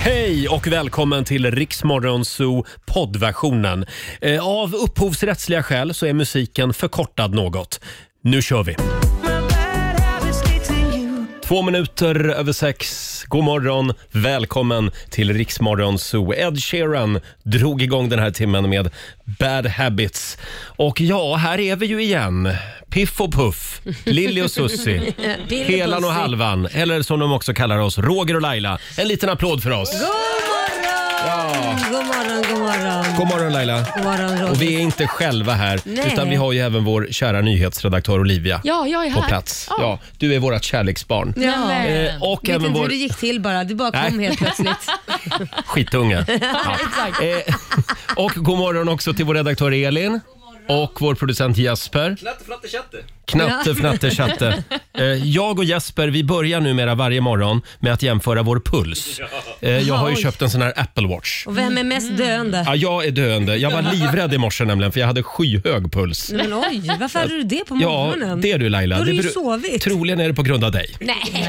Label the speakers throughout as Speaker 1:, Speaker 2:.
Speaker 1: Hej och välkommen till Riksmorgon Zoo poddversionen. Eh, Av upphovsrättsliga skäl så är musiken förkortad något. Nu kör vi! Två minuter över sex. God morgon, välkommen till Riksmorgon Zoo. Ed Sheeran drog igång den här timmen med Bad Habits. Och ja, här är vi ju igen. Piff och Puff, Lilli och Susi,
Speaker 2: Billy
Speaker 1: Helan och
Speaker 2: Pussy.
Speaker 1: Halvan, eller som de också kallar oss, Roger och Laila. En liten applåd för oss.
Speaker 2: God morgon! God morgon, god morgon.
Speaker 1: God morgon Laila.
Speaker 2: God morgon, Roger.
Speaker 1: Och vi är inte själva här,
Speaker 2: Nej.
Speaker 1: utan vi har ju även vår kära nyhetsredaktör Olivia
Speaker 3: Ja, jag är här.
Speaker 1: på plats.
Speaker 3: Ja.
Speaker 1: Ja, du är vårt kärleksbarn.
Speaker 2: Ja.
Speaker 1: Eh, och
Speaker 2: Vet
Speaker 1: även
Speaker 2: inte hur
Speaker 1: vår
Speaker 2: det gick till bara. Du bara
Speaker 1: Nej.
Speaker 2: kom helt plötsligt.
Speaker 1: skitunge. Ja. Eh, och god morgon också till vår redaktör Elin. Och vår producent Jesper. Knatte, fnatte, tjatte. Eh, Jag och Jesper, vi börjar numera varje morgon med att jämföra vår puls. Eh, Jag har ju
Speaker 2: Oj.
Speaker 1: köpt en sån här Apple Watch.
Speaker 2: Och vem är mest döende?
Speaker 1: Ja, jag är döende. Jag var livrädd i morse nämligen, för jag hade skyhög puls.
Speaker 2: Nej, Men oj, varför hade du det på
Speaker 1: Ja,
Speaker 2: morgonen?
Speaker 1: det är du Laila.
Speaker 2: Mm, Då har du ju
Speaker 1: beror-
Speaker 2: sovit.
Speaker 1: Troligen är det på grund av dig.
Speaker 3: Nej.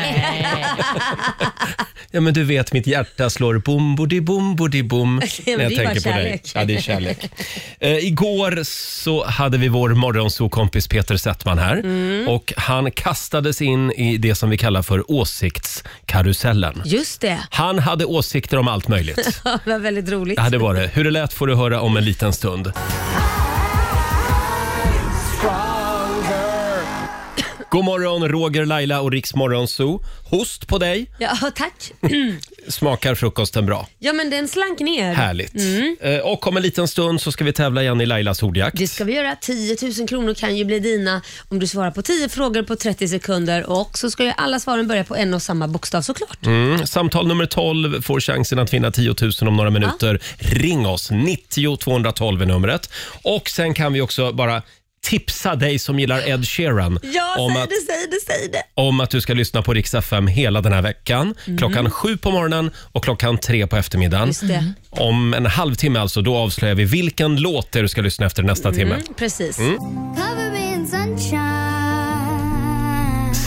Speaker 1: Ja, men du vet, mitt hjärta slår bom, bodi, bom, bodi, bom
Speaker 2: men
Speaker 1: när jag
Speaker 2: det är bara
Speaker 1: tänker på dig.
Speaker 2: kärlek.
Speaker 1: Ja, det är kärlek. Eh, igår så hade vi vår morgonsokompis Peter Settman här
Speaker 2: Mm.
Speaker 1: och han kastades in i det som vi kallar för åsiktskarusellen.
Speaker 2: Just det.
Speaker 1: Han hade åsikter om allt möjligt.
Speaker 2: Ja, det var väldigt roligt.
Speaker 1: Ja, det var det. Hur det lät får du höra om en liten stund. God morgon, Roger, Laila och Riksmorgon Zoo. Host på dig.
Speaker 2: Ja, tack.
Speaker 1: Smakar frukosten bra?
Speaker 2: Ja, men den slank ner.
Speaker 1: Härligt. Eh, Och om en liten stund så ska vi tävla igen i Lailas ordjakt.
Speaker 2: Mm. Det ska vi göra. 10 000 kronor kan ju bli dina om du svarar på 10 frågor på 30 sekunder och så ska ju alla svaren börja på en och samma bokstav såklart.
Speaker 1: Mm. Samtal nummer 12 får chansen att vinna 10 000 om några minuter. Ring oss. 90 212 är numret. Och sen kan vi också bara tipsa dig som gillar Ed Sheeran om, att,
Speaker 2: säg det, säg det.
Speaker 1: om att du ska lyssna på Rix FM hela den här veckan. Klockan sju på morgonen och klockan tre på eftermiddagen.
Speaker 2: Mhm. Just det. Mm.
Speaker 1: Om en halvtimme alltså, då avslöjar vi vilken låt det är du ska lyssna efter
Speaker 2: Mm.
Speaker 1: nästa timme.
Speaker 2: Precis.
Speaker 1: Mm.
Speaker 4: Cover me in sunshine.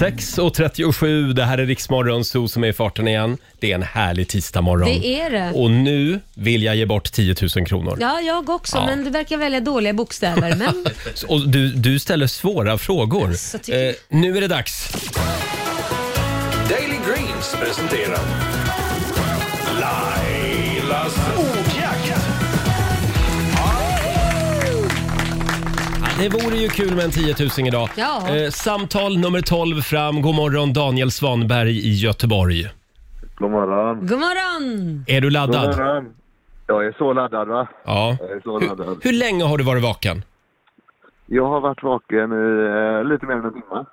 Speaker 1: 6.37, det här är Riksmorgon Zoo som är i farten igen. Det är en härlig tisdagmorgon.
Speaker 2: Det är det.
Speaker 1: Och nu vill jag ge bort 10 000 kronor.
Speaker 2: Ja, jag också,
Speaker 1: Ja.
Speaker 2: men du verkar välja dåliga bokstäver. Men
Speaker 1: Så- Och du, du ställer svåra frågor.
Speaker 2: Alltså, tycker-
Speaker 1: Eh, nu är det dags.
Speaker 5: Daily Greens presenterar Lailas ordjakt.
Speaker 1: Det vore ju kul med en 10 000 idag.
Speaker 2: Ja.
Speaker 1: Eh, samtal nummer 12 fram. God morgon Daniel Svanberg i Göteborg.
Speaker 6: God morgon.
Speaker 2: god morgon!
Speaker 1: Är du laddad?
Speaker 6: morgon. Jag är så laddad va?
Speaker 1: Ja.
Speaker 6: Jag är så
Speaker 1: Hur,
Speaker 6: laddad.
Speaker 1: hur länge har du varit vaken?
Speaker 6: Jag har varit vaken i eh, lite mer än en timme.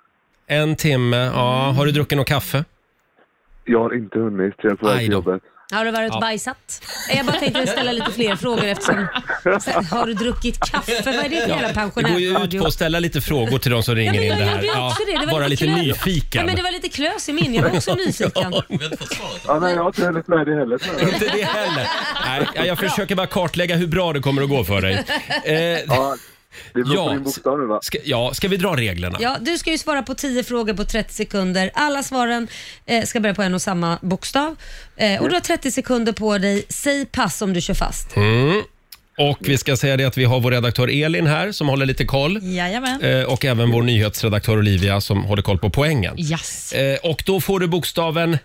Speaker 1: En timme. Ja. Har du druckit något kaffe?
Speaker 6: Jag har inte hunnit. Jag är på väg
Speaker 1: Aj
Speaker 6: till
Speaker 1: då.
Speaker 6: jobbet.
Speaker 2: Har du varit bajsat? Jag bara tänkte ställa lite fler frågor eftersom... Så, har du druckit kaffe? Vad är det för jävla
Speaker 1: Det går ju ut
Speaker 2: pensionärsradio?
Speaker 1: på att ställa lite frågor till de som ringer
Speaker 2: Ja, men
Speaker 1: in
Speaker 2: jag
Speaker 1: det här.
Speaker 2: gjorde ju också det. Det var
Speaker 1: Bara
Speaker 2: lite
Speaker 1: lite
Speaker 2: kul.
Speaker 1: nyfiken.
Speaker 2: Ja, men det var lite klös i min. Jag var också nyfiken.
Speaker 6: Ja, nej, jag har inte hunnit med det heller. tror jag.
Speaker 1: Inte det heller. Nej, jag- jag försöker bara kartlägga hur bra det kommer att gå för dig. Eh,
Speaker 6: Ja, det beror
Speaker 1: Ja.
Speaker 6: på din bokstav nu va?
Speaker 1: ska, ja, ska vi dra reglerna?
Speaker 2: Ja, du ska ju svara på 10 frågor på 30 sekunder. Alla svaren eh, ska börja på en och samma bokstav. Eh, och du har 30 sekunder på dig. Säg pass om du kör fast.
Speaker 1: Och vi ska säga det att vi har vår redaktör Elin här som håller lite koll.
Speaker 3: Jajamän.
Speaker 1: Eh, och även vår nyhetsredaktör Olivia som håller koll på poängen.
Speaker 3: Yes.
Speaker 1: Eh, och då får du bokstaven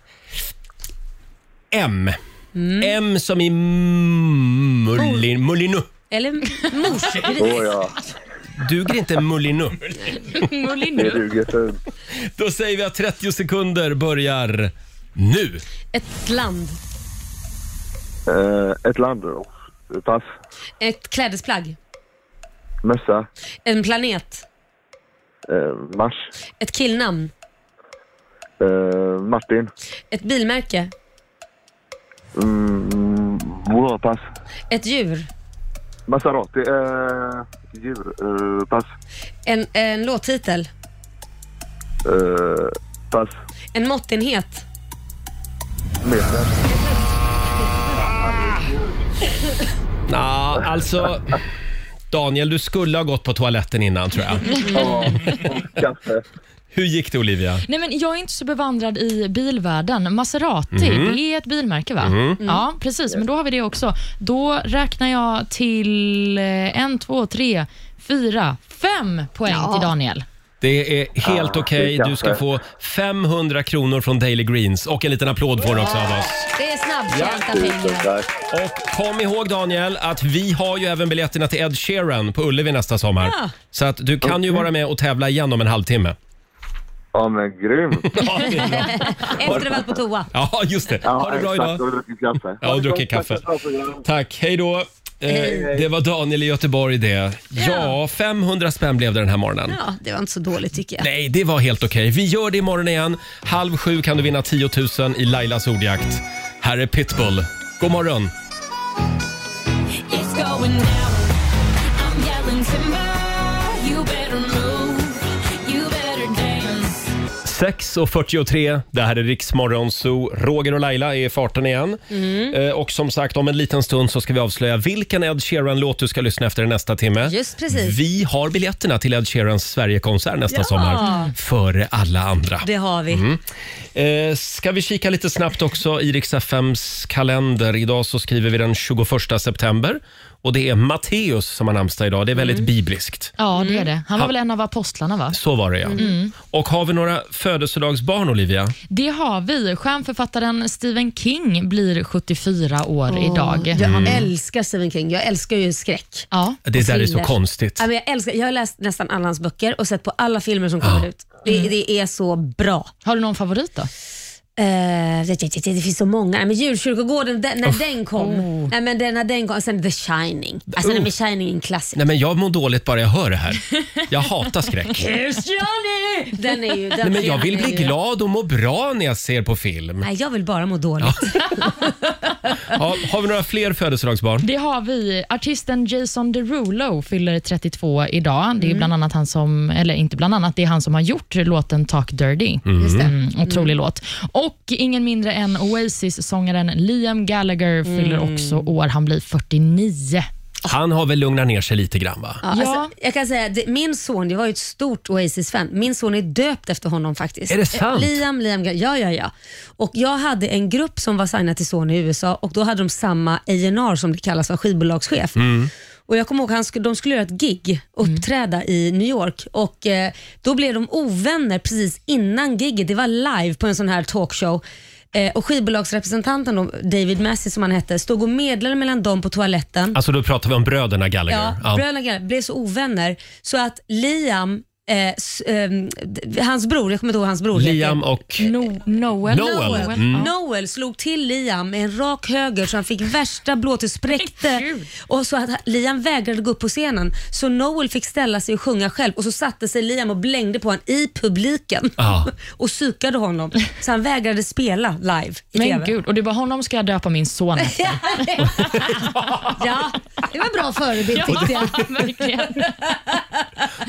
Speaker 1: M. M som i Mullin, Mullinu.
Speaker 2: Eller mors.
Speaker 6: Åh ja,
Speaker 1: Duger inte Mullinu?
Speaker 6: det
Speaker 3: Molinu.
Speaker 6: duger fint.
Speaker 1: Då säger vi att 30 sekunder börjar nu.
Speaker 2: Ett land.
Speaker 6: Eh, ett land då. Pass.
Speaker 2: Ett klädesplagg.
Speaker 6: Mössa.
Speaker 2: En planet.
Speaker 6: Eh, mars.
Speaker 2: Ett killnamn.
Speaker 6: Eh, Martin.
Speaker 2: Ett bilmärke.
Speaker 6: Mm, wow, pass.
Speaker 2: Ett djur.
Speaker 6: Maserati. Eh, djur. Eh, pass.
Speaker 2: En, en låttitel.
Speaker 6: Eh, pass.
Speaker 2: En måttenhet.
Speaker 6: Meter.
Speaker 1: Nja, alltså... Daniel, du skulle ha gått på toaletten innan tror jag.
Speaker 6: Ja, kaffe.
Speaker 1: Hur gick det Olivia?
Speaker 3: Nej, men jag är inte så bevandrad i bilvärlden. Maserati, det är ett bilmärke va? Ja, precis. Men då har vi det också. Då räknar jag till eh, en, två, tre, fyra, fem poäng till Daniel.
Speaker 1: Det är helt
Speaker 6: Ah,
Speaker 1: okej.
Speaker 6: det är
Speaker 1: Du ska
Speaker 6: kaffe.
Speaker 1: få 500 kronor från Daily Greens och en liten applåd får du också av oss.
Speaker 2: Det är snabbtjänta pengar.
Speaker 6: Tack.
Speaker 1: Och kom ihåg Daniel att vi har ju även biljetterna till Ed Sheeran på Ullevi nästa sommar.
Speaker 2: Ja.
Speaker 1: Så att du kan
Speaker 6: Mm.
Speaker 1: ju vara med och tävla igen om en halvtimme.
Speaker 6: Ja, men grymt.
Speaker 1: Ja, det är bra.
Speaker 2: Efter du varit på toa.
Speaker 1: ja just det. Ha det bra
Speaker 6: exakt. Jag
Speaker 1: idag.
Speaker 6: har druckit kaffe.
Speaker 1: Ja, och druckit
Speaker 6: Tack för
Speaker 1: kaffe.
Speaker 6: ett bra program.
Speaker 1: Tack, hej då. Eh, det var Daniel i Göteborg det. Ja, 500 spänn blev det den här morgonen.
Speaker 2: Ja, det var inte så dåligt tycker jag.
Speaker 1: Nej, det var helt okej. Vi gör det imorgon igen. Halv sju kan du vinna 10 000 i Lailas ordjakt. Här är Pitbull. God morgon!
Speaker 4: It's going down. I'm yelling timber. You better move. You better dance.
Speaker 1: 6.43, det här är Riksmorgon Zoo. Roger och Laila är i farten igen.
Speaker 2: Mm.
Speaker 1: Eh, och som sagt, om en liten stund så ska vi avslöja vilken Ed Sheeran-låt du ska lyssna efter i nästa timme.
Speaker 2: Just precis.
Speaker 1: Vi har biljetterna till Ed Sheerans Sverigekonsert nästa sommar. Före alla andra.
Speaker 2: Det har vi.
Speaker 1: Eh, ska vi kika lite snabbt också i Rix FMs kalender. Idag så skriver vi den 21 september. Och det är Matteus som har namnsdag idag. Det är väldigt
Speaker 2: Mm.
Speaker 1: bibliskt.
Speaker 3: Ja, det är det. Han var väl en av apostlarna va?
Speaker 1: Så var det ja.
Speaker 2: Mm.
Speaker 1: Och har vi några födelsedagsbarn Olivia?
Speaker 3: Det har vi. Stjärnförfattaren Stephen King blir 74 år idag.
Speaker 2: Jag
Speaker 1: Mm.
Speaker 2: älskar Stephen King. Jag älskar ju skräck.
Speaker 3: Ja.
Speaker 1: Det där är så
Speaker 2: Thriller.
Speaker 1: konstigt.
Speaker 2: Ja, men jag, älskar, jag har läst nästan alla hans böcker och sett på alla filmer som kommer ut. Det,
Speaker 1: Mm.
Speaker 2: det är så bra.
Speaker 3: Har du någon favorit då?
Speaker 2: Eh, det, det, det, det finns så många. Nej, men Djurkyrkogården, den, när den kom.
Speaker 1: Oh.
Speaker 2: Nej, men den, när den kom. Sen The Shining. Alltså, nej, men Shining är en klassiker.
Speaker 1: Nej men jag mår dåligt bara jag hör det här. Jag hatar skräck.
Speaker 2: Den är ju, den
Speaker 1: Nej, men jag vill
Speaker 2: den är
Speaker 1: bli
Speaker 2: ju-
Speaker 1: glad och må bra när jag ser på film.
Speaker 2: Nej, jag vill bara må dåligt.
Speaker 1: Ja, har vi några fler födelsedagsbarn?
Speaker 3: Det har vi. Artisten Jason Derulo fyller 32 idag. Det är bland annat han som, eller inte bland annat, det är han som har gjort låten Talk Dirty.
Speaker 2: Just det.
Speaker 3: Mm, otrolig låt. Och ingen mindre än Oasis-sångaren Liam Gallagher fyller också år. Han blir 49.
Speaker 1: Han har väl lugnat ner sig lite grann va?
Speaker 2: Ja,
Speaker 3: Ja.
Speaker 2: Alltså, jag kan säga, det, min son, jag var ju ett stort Oasis-fan, min son är döpt efter honom faktiskt.
Speaker 1: Är det sant?
Speaker 2: Eh, Liam, Liam, Gal- ja ja ja. Och jag hade en grupp som var signad till son i USA och då hade de samma A&R som det kallas för skivbolagschef.
Speaker 1: Mm.
Speaker 2: Och jag kommer ihåg att de skulle göra ett gig, uppträda i New York och eh, då blev de ovänner precis innan giget. Det var live på en sån här talkshow. Eh, och skivbolagsrepresentanten då, David Massey som han hette, stod och medlade mellan dem på toaletten.
Speaker 1: Alltså då pratar vi om bröderna Gallagher.
Speaker 2: Ja, bröderna Gallagher blev så ovänner så att Liam, eh, s, ehm, d- hans bror, jag kommer inte ihåg vad hans bror
Speaker 1: Liam
Speaker 2: heter.
Speaker 1: och...
Speaker 3: No, Noel.
Speaker 1: Noel. Mm.
Speaker 3: Ja.
Speaker 2: Noel slog till Liam med en rak höger så han fick värsta blåtis, spräckte
Speaker 3: Men gud.
Speaker 2: och så att Liam vägrade gå upp på scenen. Så Noel fick ställa sig och sjunga själv och så satte sig Liam och blängde på honom i publiken
Speaker 1: Ja.
Speaker 2: och psykade honom så han vägrade spela live i
Speaker 3: Men
Speaker 2: TV.
Speaker 3: gud, och det var honom ska jag döpa min son efter.
Speaker 2: ja, det var en bra förebild tyckte jag.
Speaker 3: verkligen.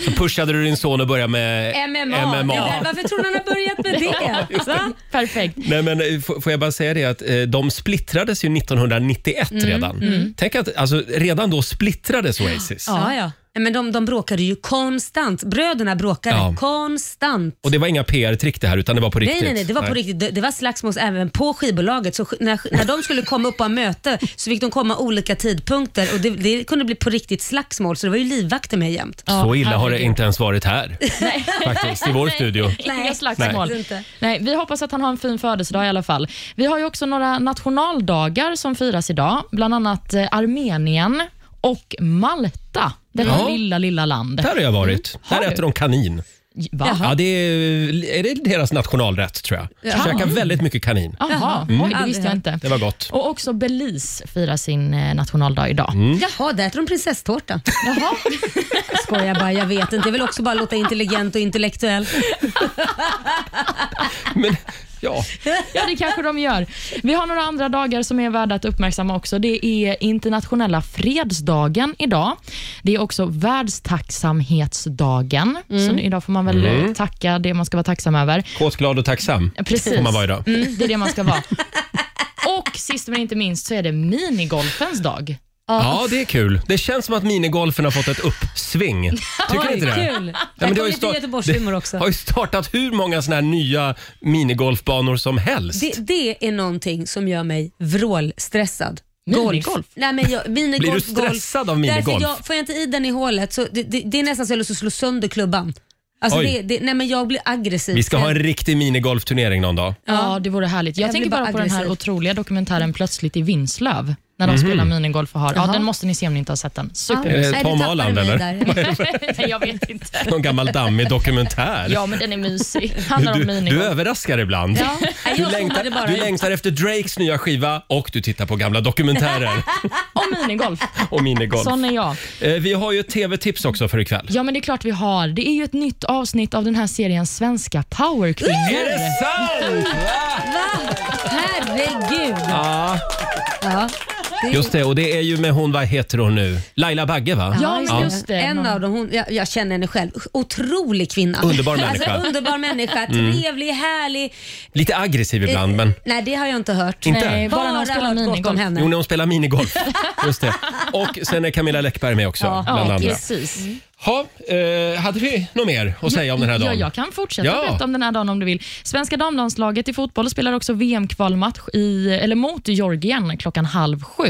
Speaker 1: Så pushade du din son att börja med
Speaker 2: MMA. Det där, varför tror du han har börjat med det? Va?
Speaker 3: Perfekt.
Speaker 1: Nej, men, eh, f- får jag bara säga det att eh, de splittrades ju 1991 redan. Tänk att alltså, redan då splittrades Oasis.
Speaker 2: Mm, Ja, ja. Nej, Men de, de bråkade ju konstant. Bröderna bråkade
Speaker 1: Ja.
Speaker 2: konstant.
Speaker 1: Och det var inga PR-trick det här utan det var på
Speaker 2: Nej,
Speaker 1: riktigt.
Speaker 2: nej, nej, det var på riktigt. Det, det var slagsmål även på skivbolaget. Så sk- när, när de skulle komma upp och ha möte så fick de komma olika tidpunkter och det, det kunde bli på riktigt slagsmål så det var ju livvakter med jämt.
Speaker 1: Så
Speaker 3: Ja,
Speaker 1: illa har det
Speaker 3: herregud.
Speaker 1: inte ens varit här faktiskt i vår studio.
Speaker 3: Inga
Speaker 2: Nej,
Speaker 3: slagsmål.
Speaker 2: faktiskt
Speaker 3: Nej.
Speaker 2: inte.
Speaker 3: vi hoppas att han har en fin födelsedag i alla fall. Vi har ju också några nationaldagar som firas idag, bland annat eh, Armenien och Malta, detta
Speaker 1: Ja.
Speaker 3: lilla, lilla land.
Speaker 1: Där har jag varit.
Speaker 3: Har
Speaker 1: Där
Speaker 3: du?
Speaker 1: äter de kanin.
Speaker 3: Va?
Speaker 1: Ja, det är, är det deras nationalrätt tror jag.
Speaker 2: Ja.
Speaker 1: Käkar väldigt mycket kanin.
Speaker 3: Jaha, oj, det
Speaker 2: Aldrig
Speaker 3: visste jag
Speaker 2: hört.
Speaker 3: inte.
Speaker 1: Det var gott.
Speaker 3: Och också Belize firar sin eh, nationaldag idag.
Speaker 1: Mm.
Speaker 2: Jaha, där äter de prinsesstårta.
Speaker 3: Jaha.
Speaker 2: Skojar bara, jag vet inte. Jag vill också bara låta intelligent och intellektuell.
Speaker 1: Men, ja.
Speaker 3: Ja, det kanske de gör. Vi har några andra dagar som är värda att uppmärksamma också. Det är internationella fredsdagen idag. Det är också världstacksamhetsdagen. Så idag får man väl eh, tacka det man ska vara tacksam över.
Speaker 1: Kåt, glad och tacksam
Speaker 3: Precis.
Speaker 1: får man vara idag.
Speaker 3: Mm, det är det man ska vara. Och sist men inte minst så är det minigolfens dag.
Speaker 1: Ja, det är kul. Det känns som att minigolfen har fått ett uppsving. Tycker ni inte det?
Speaker 2: Kul!
Speaker 1: Ja,
Speaker 2: Där
Speaker 1: men det
Speaker 2: kom
Speaker 1: har ju
Speaker 2: lite
Speaker 1: start-
Speaker 2: Göteborgshumor också.
Speaker 1: Det har ju startat hur många såna här nya minigolfbanor som helst.
Speaker 2: Det, det är någonting som gör mig vrålstressad.
Speaker 3: Minigolf?
Speaker 2: Nej, men jag, minigolf
Speaker 1: Blir du stressad
Speaker 2: golf.
Speaker 1: av minigolf?
Speaker 2: Därför jag, får jag inte i den i hålet så det, det, det är nästan så jag har lust att slå sönder klubban. Alltså
Speaker 1: Oj.
Speaker 2: det, det, nej men jag blir aggressiv.
Speaker 1: Vi ska ha en riktig minigolfturnering någon dag.
Speaker 3: Ja, det vore härligt. Jag,
Speaker 2: Jag
Speaker 3: tänker
Speaker 2: blir
Speaker 3: bara,
Speaker 2: bara
Speaker 3: på den här
Speaker 2: aggressiv.
Speaker 3: otroliga dokumentären Plötsligt i Vinslöv, när de spelar minigolf och har. Ja,
Speaker 2: Jaha.
Speaker 3: den måste ni se om ni inte har sett den. Super.
Speaker 1: Är det
Speaker 2: Nej, du
Speaker 1: eh, Tom
Speaker 2: tappade
Speaker 1: Aland,
Speaker 2: mig
Speaker 1: eller?
Speaker 2: där.
Speaker 3: Nej, jag vet inte.
Speaker 1: Någon gammal dammig dokumentär.
Speaker 3: Ja, men den är mysig. Handlar om
Speaker 1: du, du
Speaker 3: minigolf.
Speaker 1: överraskar ibland.
Speaker 3: Ja.
Speaker 1: Du,
Speaker 2: jag zoomade
Speaker 1: längtar,
Speaker 2: bara
Speaker 1: du
Speaker 2: ut.
Speaker 1: längtar efter Drakes nya skiva och du tittar på gamla dokumentärer
Speaker 3: Och minigolf.
Speaker 1: och minigolf.
Speaker 3: Sån är jag.
Speaker 1: Eh, Vi har ju ett tv-tips också för ikväll.
Speaker 3: Ja, men det är klart vi har. Det är ju ett nytt avsnitt av den här serien Svenska
Speaker 1: Är
Speaker 3: powerkvinnor.
Speaker 1: det sant?
Speaker 2: Va? Herregud!
Speaker 1: Ja,
Speaker 2: Ja. Det är-
Speaker 1: just det. Och det är ju med hon, vad heter hon nu? Laila Bagge va?
Speaker 3: Ja, men just det.
Speaker 2: En
Speaker 3: Någon-
Speaker 2: av dem, hon, jag, jag känner henne själv. Otrolig kvinna.
Speaker 1: Underbar människa. Mm.
Speaker 2: Alltså, underbar människa, trevlig, härlig.
Speaker 1: Lite aggressiv ibland men...
Speaker 2: Nej, det har jag inte hört.
Speaker 1: Inte?
Speaker 3: Eh, Nej, bara när de
Speaker 2: Bara
Speaker 3: spelar
Speaker 2: hört gott om
Speaker 3: minigolf.
Speaker 2: henne.
Speaker 1: Jo, när hon spelar minigolf. Just det. Och sen är Camilla Läckberg med också.
Speaker 2: Ja.
Speaker 1: bland
Speaker 3: Ja,
Speaker 1: andra.
Speaker 3: precis.
Speaker 1: Ha, eh, hade vi något mer att säga om den här
Speaker 3: Ja,
Speaker 1: dagen?
Speaker 3: jag kan fortsätta
Speaker 1: Ja.
Speaker 3: berätta om den här dagen om du vill. Svenska damlandslaget i fotboll spelar också VM-kvalmatch i, eller mot Georgien klockan halv sju.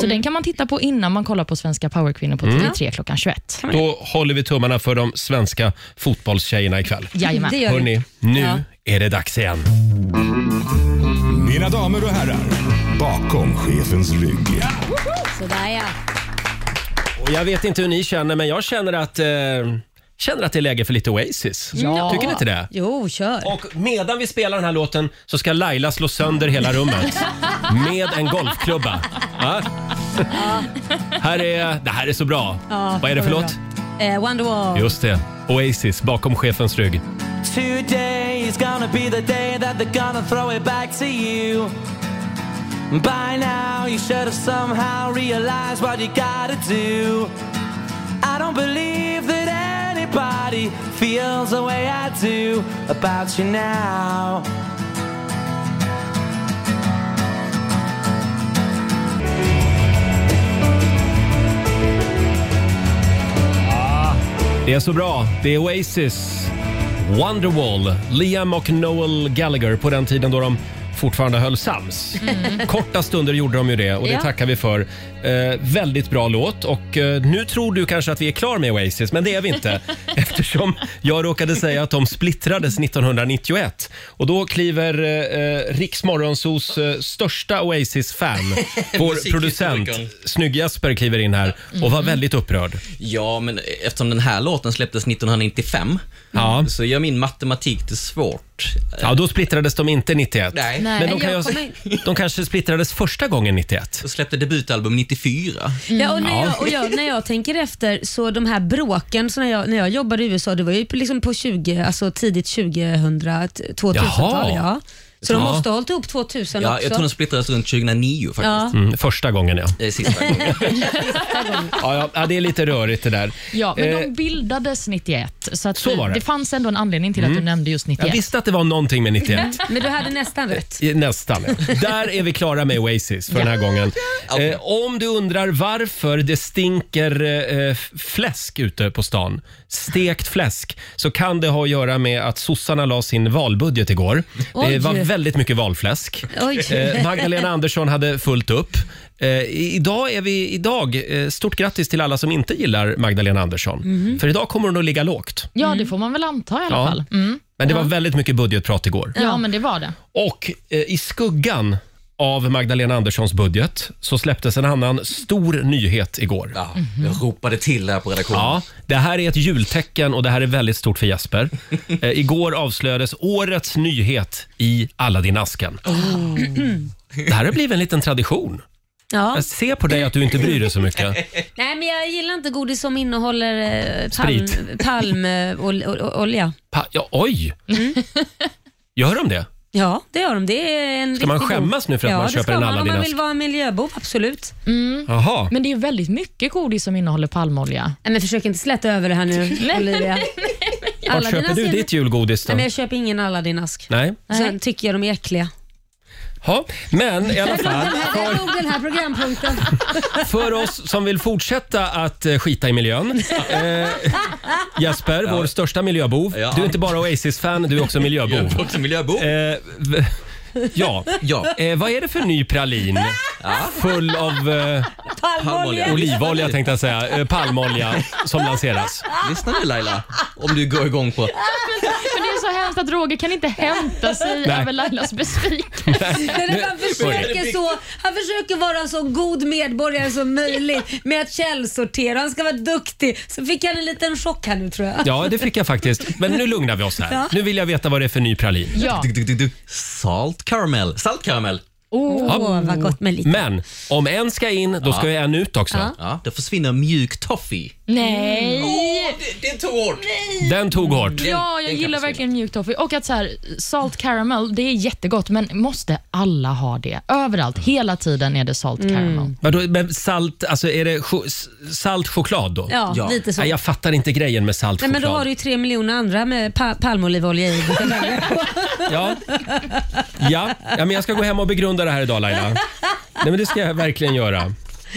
Speaker 3: Så den kan man titta på innan man kollar på Svenska powerkvinnor på TV3
Speaker 1: Mm.
Speaker 3: klockan 21.
Speaker 1: Då håller vi tummarna för de svenska fotbollstjejerna ikväll.
Speaker 3: Jajamän.
Speaker 2: Det gör vi.
Speaker 1: Hörni, nu
Speaker 2: Ja.
Speaker 1: är det dags igen.
Speaker 7: Mina damer och herrar, bakom chefens rygg.
Speaker 2: Sådär ja.
Speaker 1: Och jag vet inte hur ni känner, men jag känner att, eh, känner att det är läge för lite Oasis. Tycker ni inte det?
Speaker 2: Jo, kör.
Speaker 1: Och medan vi spelar den här låten så ska Laila slå sönder hela rummet med en golfklubba. Ja. Här är, det här är så bra.
Speaker 2: Ja,
Speaker 1: Vad är det för
Speaker 2: bra.
Speaker 1: låt?
Speaker 2: Eh, Wonderwall.
Speaker 1: Just det, Oasis bakom chefens rygg.
Speaker 8: Today is gonna be the day that they're gonna throw it back to you. By now, you should have somehow realized what you gotta do. I don't believe that anybody feels the way I do about you now.
Speaker 1: Det är så bra. Det är Oasis, Wonderwall, Liam och Noel Gallagher på den tiden då de fortfarande höll sams. Korta stunder gjorde de ju det och det
Speaker 2: Ja.
Speaker 1: tackar vi för. Eh, väldigt bra låt och eh, nu tror du kanske att vi är klar med Oasis men det är vi inte eftersom jag råkade säga att de splittrades 1991 och då kliver eh, Riks Morgonzos eh, största Oasis-fan, vår producent, snygg Jesper kliver in här och var väldigt upprörd.
Speaker 9: Ja, men eftersom den här låten släpptes 1995
Speaker 1: Ja.
Speaker 9: så gör min matematik det svårt.
Speaker 1: Ja, då splittrades de inte 91.
Speaker 9: Nej.
Speaker 3: Nej.
Speaker 1: Men de, kan
Speaker 2: jag
Speaker 1: ju-
Speaker 2: kommer-
Speaker 1: de kanske splittrades första gången 91.
Speaker 9: Så släppte debutalbum 94.
Speaker 2: Ja,
Speaker 1: Mm.
Speaker 2: och när, jag, och jag, när jag tänker efter, så de här bråken, så när, jag, när jag jobbade i USA, det var ju på- liksom på 20, alltså tidigt 2000, 2000-tal.
Speaker 1: Jaha.
Speaker 2: Ja. Så de
Speaker 1: Ja.
Speaker 2: måste ha hållit ihop 2000
Speaker 9: Ja,
Speaker 2: också.
Speaker 9: jag tror den splittrades runt 2009 faktiskt.
Speaker 2: ja.
Speaker 1: Mm, första gången ja.
Speaker 9: Det är sista gången.
Speaker 1: Ja, ja. ja. Det är lite rörigt det där.
Speaker 3: Ja, men
Speaker 1: Eh,
Speaker 3: de bildades 91, så, att
Speaker 1: så var det. Mm.
Speaker 3: fanns ändå en anledning till att du nämnde just
Speaker 1: jag
Speaker 3: 91.
Speaker 1: visste att det var någonting med 91.
Speaker 2: Men du hade nästan rätt.
Speaker 1: I- Nästan. ja. Där är vi klara med Oasis för den här gången.
Speaker 9: Okej.
Speaker 1: Eh, om du undrar varför det stinker eh, f- fläsk ute på stan, stekt fläsk, så kan det ha att göra med att sossarna la sin valbudget igår. Det
Speaker 2: Oj.
Speaker 1: var väldigt mycket valfläsk.
Speaker 2: Oj.
Speaker 1: Eh, Magdalena Andersson hade fullt upp. Eh, i- idag är vi, idag, eh, stort grattis till alla som inte gillar Magdalena Andersson. För idag kommer hon att ligga lågt.
Speaker 3: Ja, det får man väl anta Mhm. i alla
Speaker 1: Ja.
Speaker 3: fall. Mm.
Speaker 1: Men det var väldigt mycket budgetprat igår.
Speaker 3: Ja, men det var det.
Speaker 1: Och eh, i skuggan av Magdalena Anderssons budget så släpptes en annan stor nyhet igår.
Speaker 9: Ja, jag ropade till här på redaktionen.
Speaker 1: Ja, det här är ett jultecken och det här är väldigt stort för Jesper. Eh, igår avslöjades årets nyhet i Aladdin-asken.
Speaker 3: Oh.
Speaker 1: Det här har blivit en liten tradition.
Speaker 2: Ja.
Speaker 1: Jag ser på dig att du inte bryr dig så mycket.
Speaker 2: Nej, men jag gillar inte godis som innehåller eh, palm,
Speaker 1: Sprit.
Speaker 2: palm eh, ol, ol, olja.
Speaker 1: Pa- ja, oj!
Speaker 2: Mm.
Speaker 1: Gör de det?
Speaker 2: Ja, det gör de. Det är en
Speaker 1: Ska man
Speaker 2: riktig god-
Speaker 1: skämmas nu för att
Speaker 2: ja,
Speaker 1: man
Speaker 2: det
Speaker 1: köper
Speaker 2: ska
Speaker 1: en
Speaker 2: man om man
Speaker 1: Aladdin-ask?
Speaker 2: vill vara en miljöbov, absolut.
Speaker 1: Jaha.
Speaker 3: Men det är ju väldigt mycket godis som innehåller palmolja.
Speaker 2: Nej, men försök inte släta över det här nu, Olivia.
Speaker 1: Var köper
Speaker 2: Aladdin-ask
Speaker 1: du
Speaker 2: är-
Speaker 1: ditt julgodis
Speaker 2: Nej,
Speaker 1: då?
Speaker 2: men jag köper ingen Aladdin-ask.
Speaker 1: Nej.
Speaker 2: Sen tycker jag de är äckliga.
Speaker 1: Ja, men i alla
Speaker 2: Där
Speaker 1: fall.
Speaker 2: dog den här- där dog den här programpunkten.
Speaker 1: För oss som vill fortsätta att eh, skita i miljön. Eh, Jesper, vår största miljöbov.
Speaker 9: Ja.
Speaker 1: Du är inte bara Oasis-fan, du är också
Speaker 9: Jag
Speaker 1: miljöbov.
Speaker 9: är också miljöbov.
Speaker 1: Eh, v- ja.
Speaker 9: Ja.
Speaker 1: Eh, vad är det för ny pralin? Full av eh,
Speaker 9: Palmolja.
Speaker 1: olivolja tänkte jag säga. Eh, palmolja som lanseras.
Speaker 9: Lyssna nu Laila, om du går igång på...
Speaker 3: Men det är så hemskt att Roger kan inte hämta sig
Speaker 1: Nej.
Speaker 3: över Lailas besvikelse.
Speaker 2: Men han, försöker så, han försöker vara så god medborgare som möjligt med att källsortera. Han ska vara duktig. Så fick han en liten chock här nu tror jag.
Speaker 1: Ja, det fick jag faktiskt. Men nu lugnar vi oss här.
Speaker 2: Ja.
Speaker 1: Nu vill jag veta vad det är för ny pralin.
Speaker 3: Ja.
Speaker 9: Du, du, du, du. Salt caramel. Salt caramel.
Speaker 3: Oh.
Speaker 2: Åh,
Speaker 1: Mm.
Speaker 2: vad gott med lite.
Speaker 1: Men om en ska in, då ska ju en ut också.
Speaker 9: Ja, det försvinner mjuk toffee.
Speaker 3: Nej!
Speaker 9: Det, det tog hårt.
Speaker 1: Den tog hårt.
Speaker 3: Ja, jag
Speaker 9: den kan
Speaker 3: gillar
Speaker 9: försvinna.
Speaker 3: verkligen mjuk toffee. Och att så här, salt caramel, det är jättegott, men måste alla ha det? Överallt, hela tiden är det salt caramel.
Speaker 1: Vadå, men salt, alltså är det cho- s- salt choklad då?
Speaker 2: Ja,
Speaker 9: Ja.
Speaker 2: lite så.
Speaker 1: Nej, jag fattar inte grejen med salt
Speaker 2: Nej, men
Speaker 1: choklad.
Speaker 2: då har du ju tre miljoner andra med pa- palmolivolja i. Du kan välja.
Speaker 1: ja. Ja. ja, men jag ska gå hem och begrunda det här idag Laila. Nej, men det ska jag verkligen göra.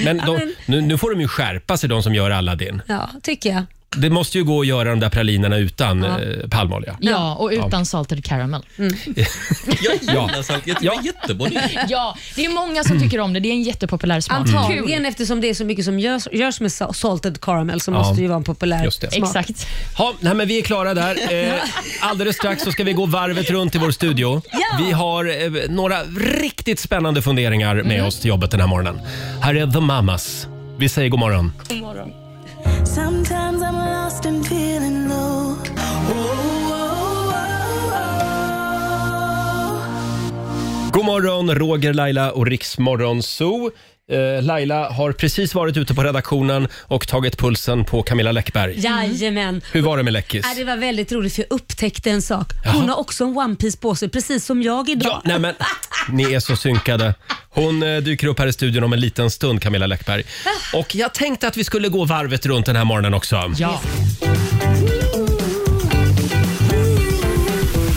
Speaker 1: Men de, nu, nu får de ju skärpa sig de som gör Aladdin.
Speaker 2: Ja, tycker jag.
Speaker 1: Det måste ju gå att göra de där pralinerna utan eh, palmolja.
Speaker 3: Ja, Mm. och utan salted caramel.
Speaker 9: Jag gillar salt. Jag tycker det är jättebra. Det-
Speaker 3: Ja, det är många som tycker om det. Det är en jättepopulär smak.
Speaker 1: Mm.
Speaker 2: Antagligen eftersom det är så mycket som görs, görs med sa- salted caramel så
Speaker 1: Ja.
Speaker 2: måste det ju vara en populär
Speaker 1: Just det.
Speaker 2: smak.
Speaker 3: Exakt.
Speaker 1: Ha, nej, men vi är klara där. Eh, alldeles strax så ska vi gå varvet runt i vår studio. Vi har eh, några riktigt spännande funderingar med oss till jobbet den här morgonen. Här är The Mamas. Vi säger god morgon.
Speaker 4: Sometimes I'm lost and feeling low. Oh, oh, oh,
Speaker 1: God morgon, Roger, Laila och Riksmorgon Zoo. Eh, Laila har precis varit ute på redaktionen och tagit pulsen på Camilla Läckberg.
Speaker 2: Jajamän.
Speaker 1: Hur var det med Läckis?
Speaker 2: Ja, det var väldigt roligt för jag upptäckte en sak. Hon har också en One Piece påse precis som jag
Speaker 1: Ja,
Speaker 2: idag.
Speaker 1: nej men, ni är så synkade. Hon eh, dyker upp här i studion om en liten stund, Camilla Läckberg. Och jag tänkte att vi skulle gå varvet runt den här morgonen också.
Speaker 3: Ja.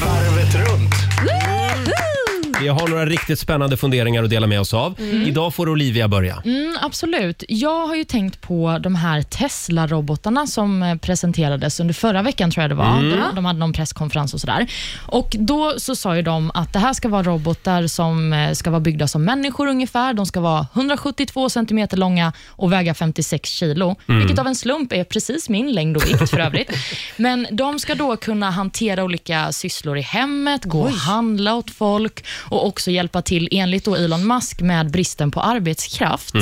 Speaker 5: Varvet runt.
Speaker 1: Vi har några riktigt spännande funderingar att dela med oss av. Idag får Olivia börja.
Speaker 3: Mm, absolut. Jag har ju tänkt på de här Tesla-robotarna som eh, presenterades under förra veckan, tror jag det var. De, de hade någon presskonferens och sådär. Och Då så sa ju de att det här ska vara robotar som eh, ska vara byggda som människor ungefär. De ska vara 172 centimeter långa och väga 56 kilo, vilket av en slump är precis min längd och vikt för övrigt. Men de ska då kunna hantera olika sysslor i hemmet, gå och handla åt folk och också hjälpa till, enligt då Elon Musk, med bristen på arbetskraft.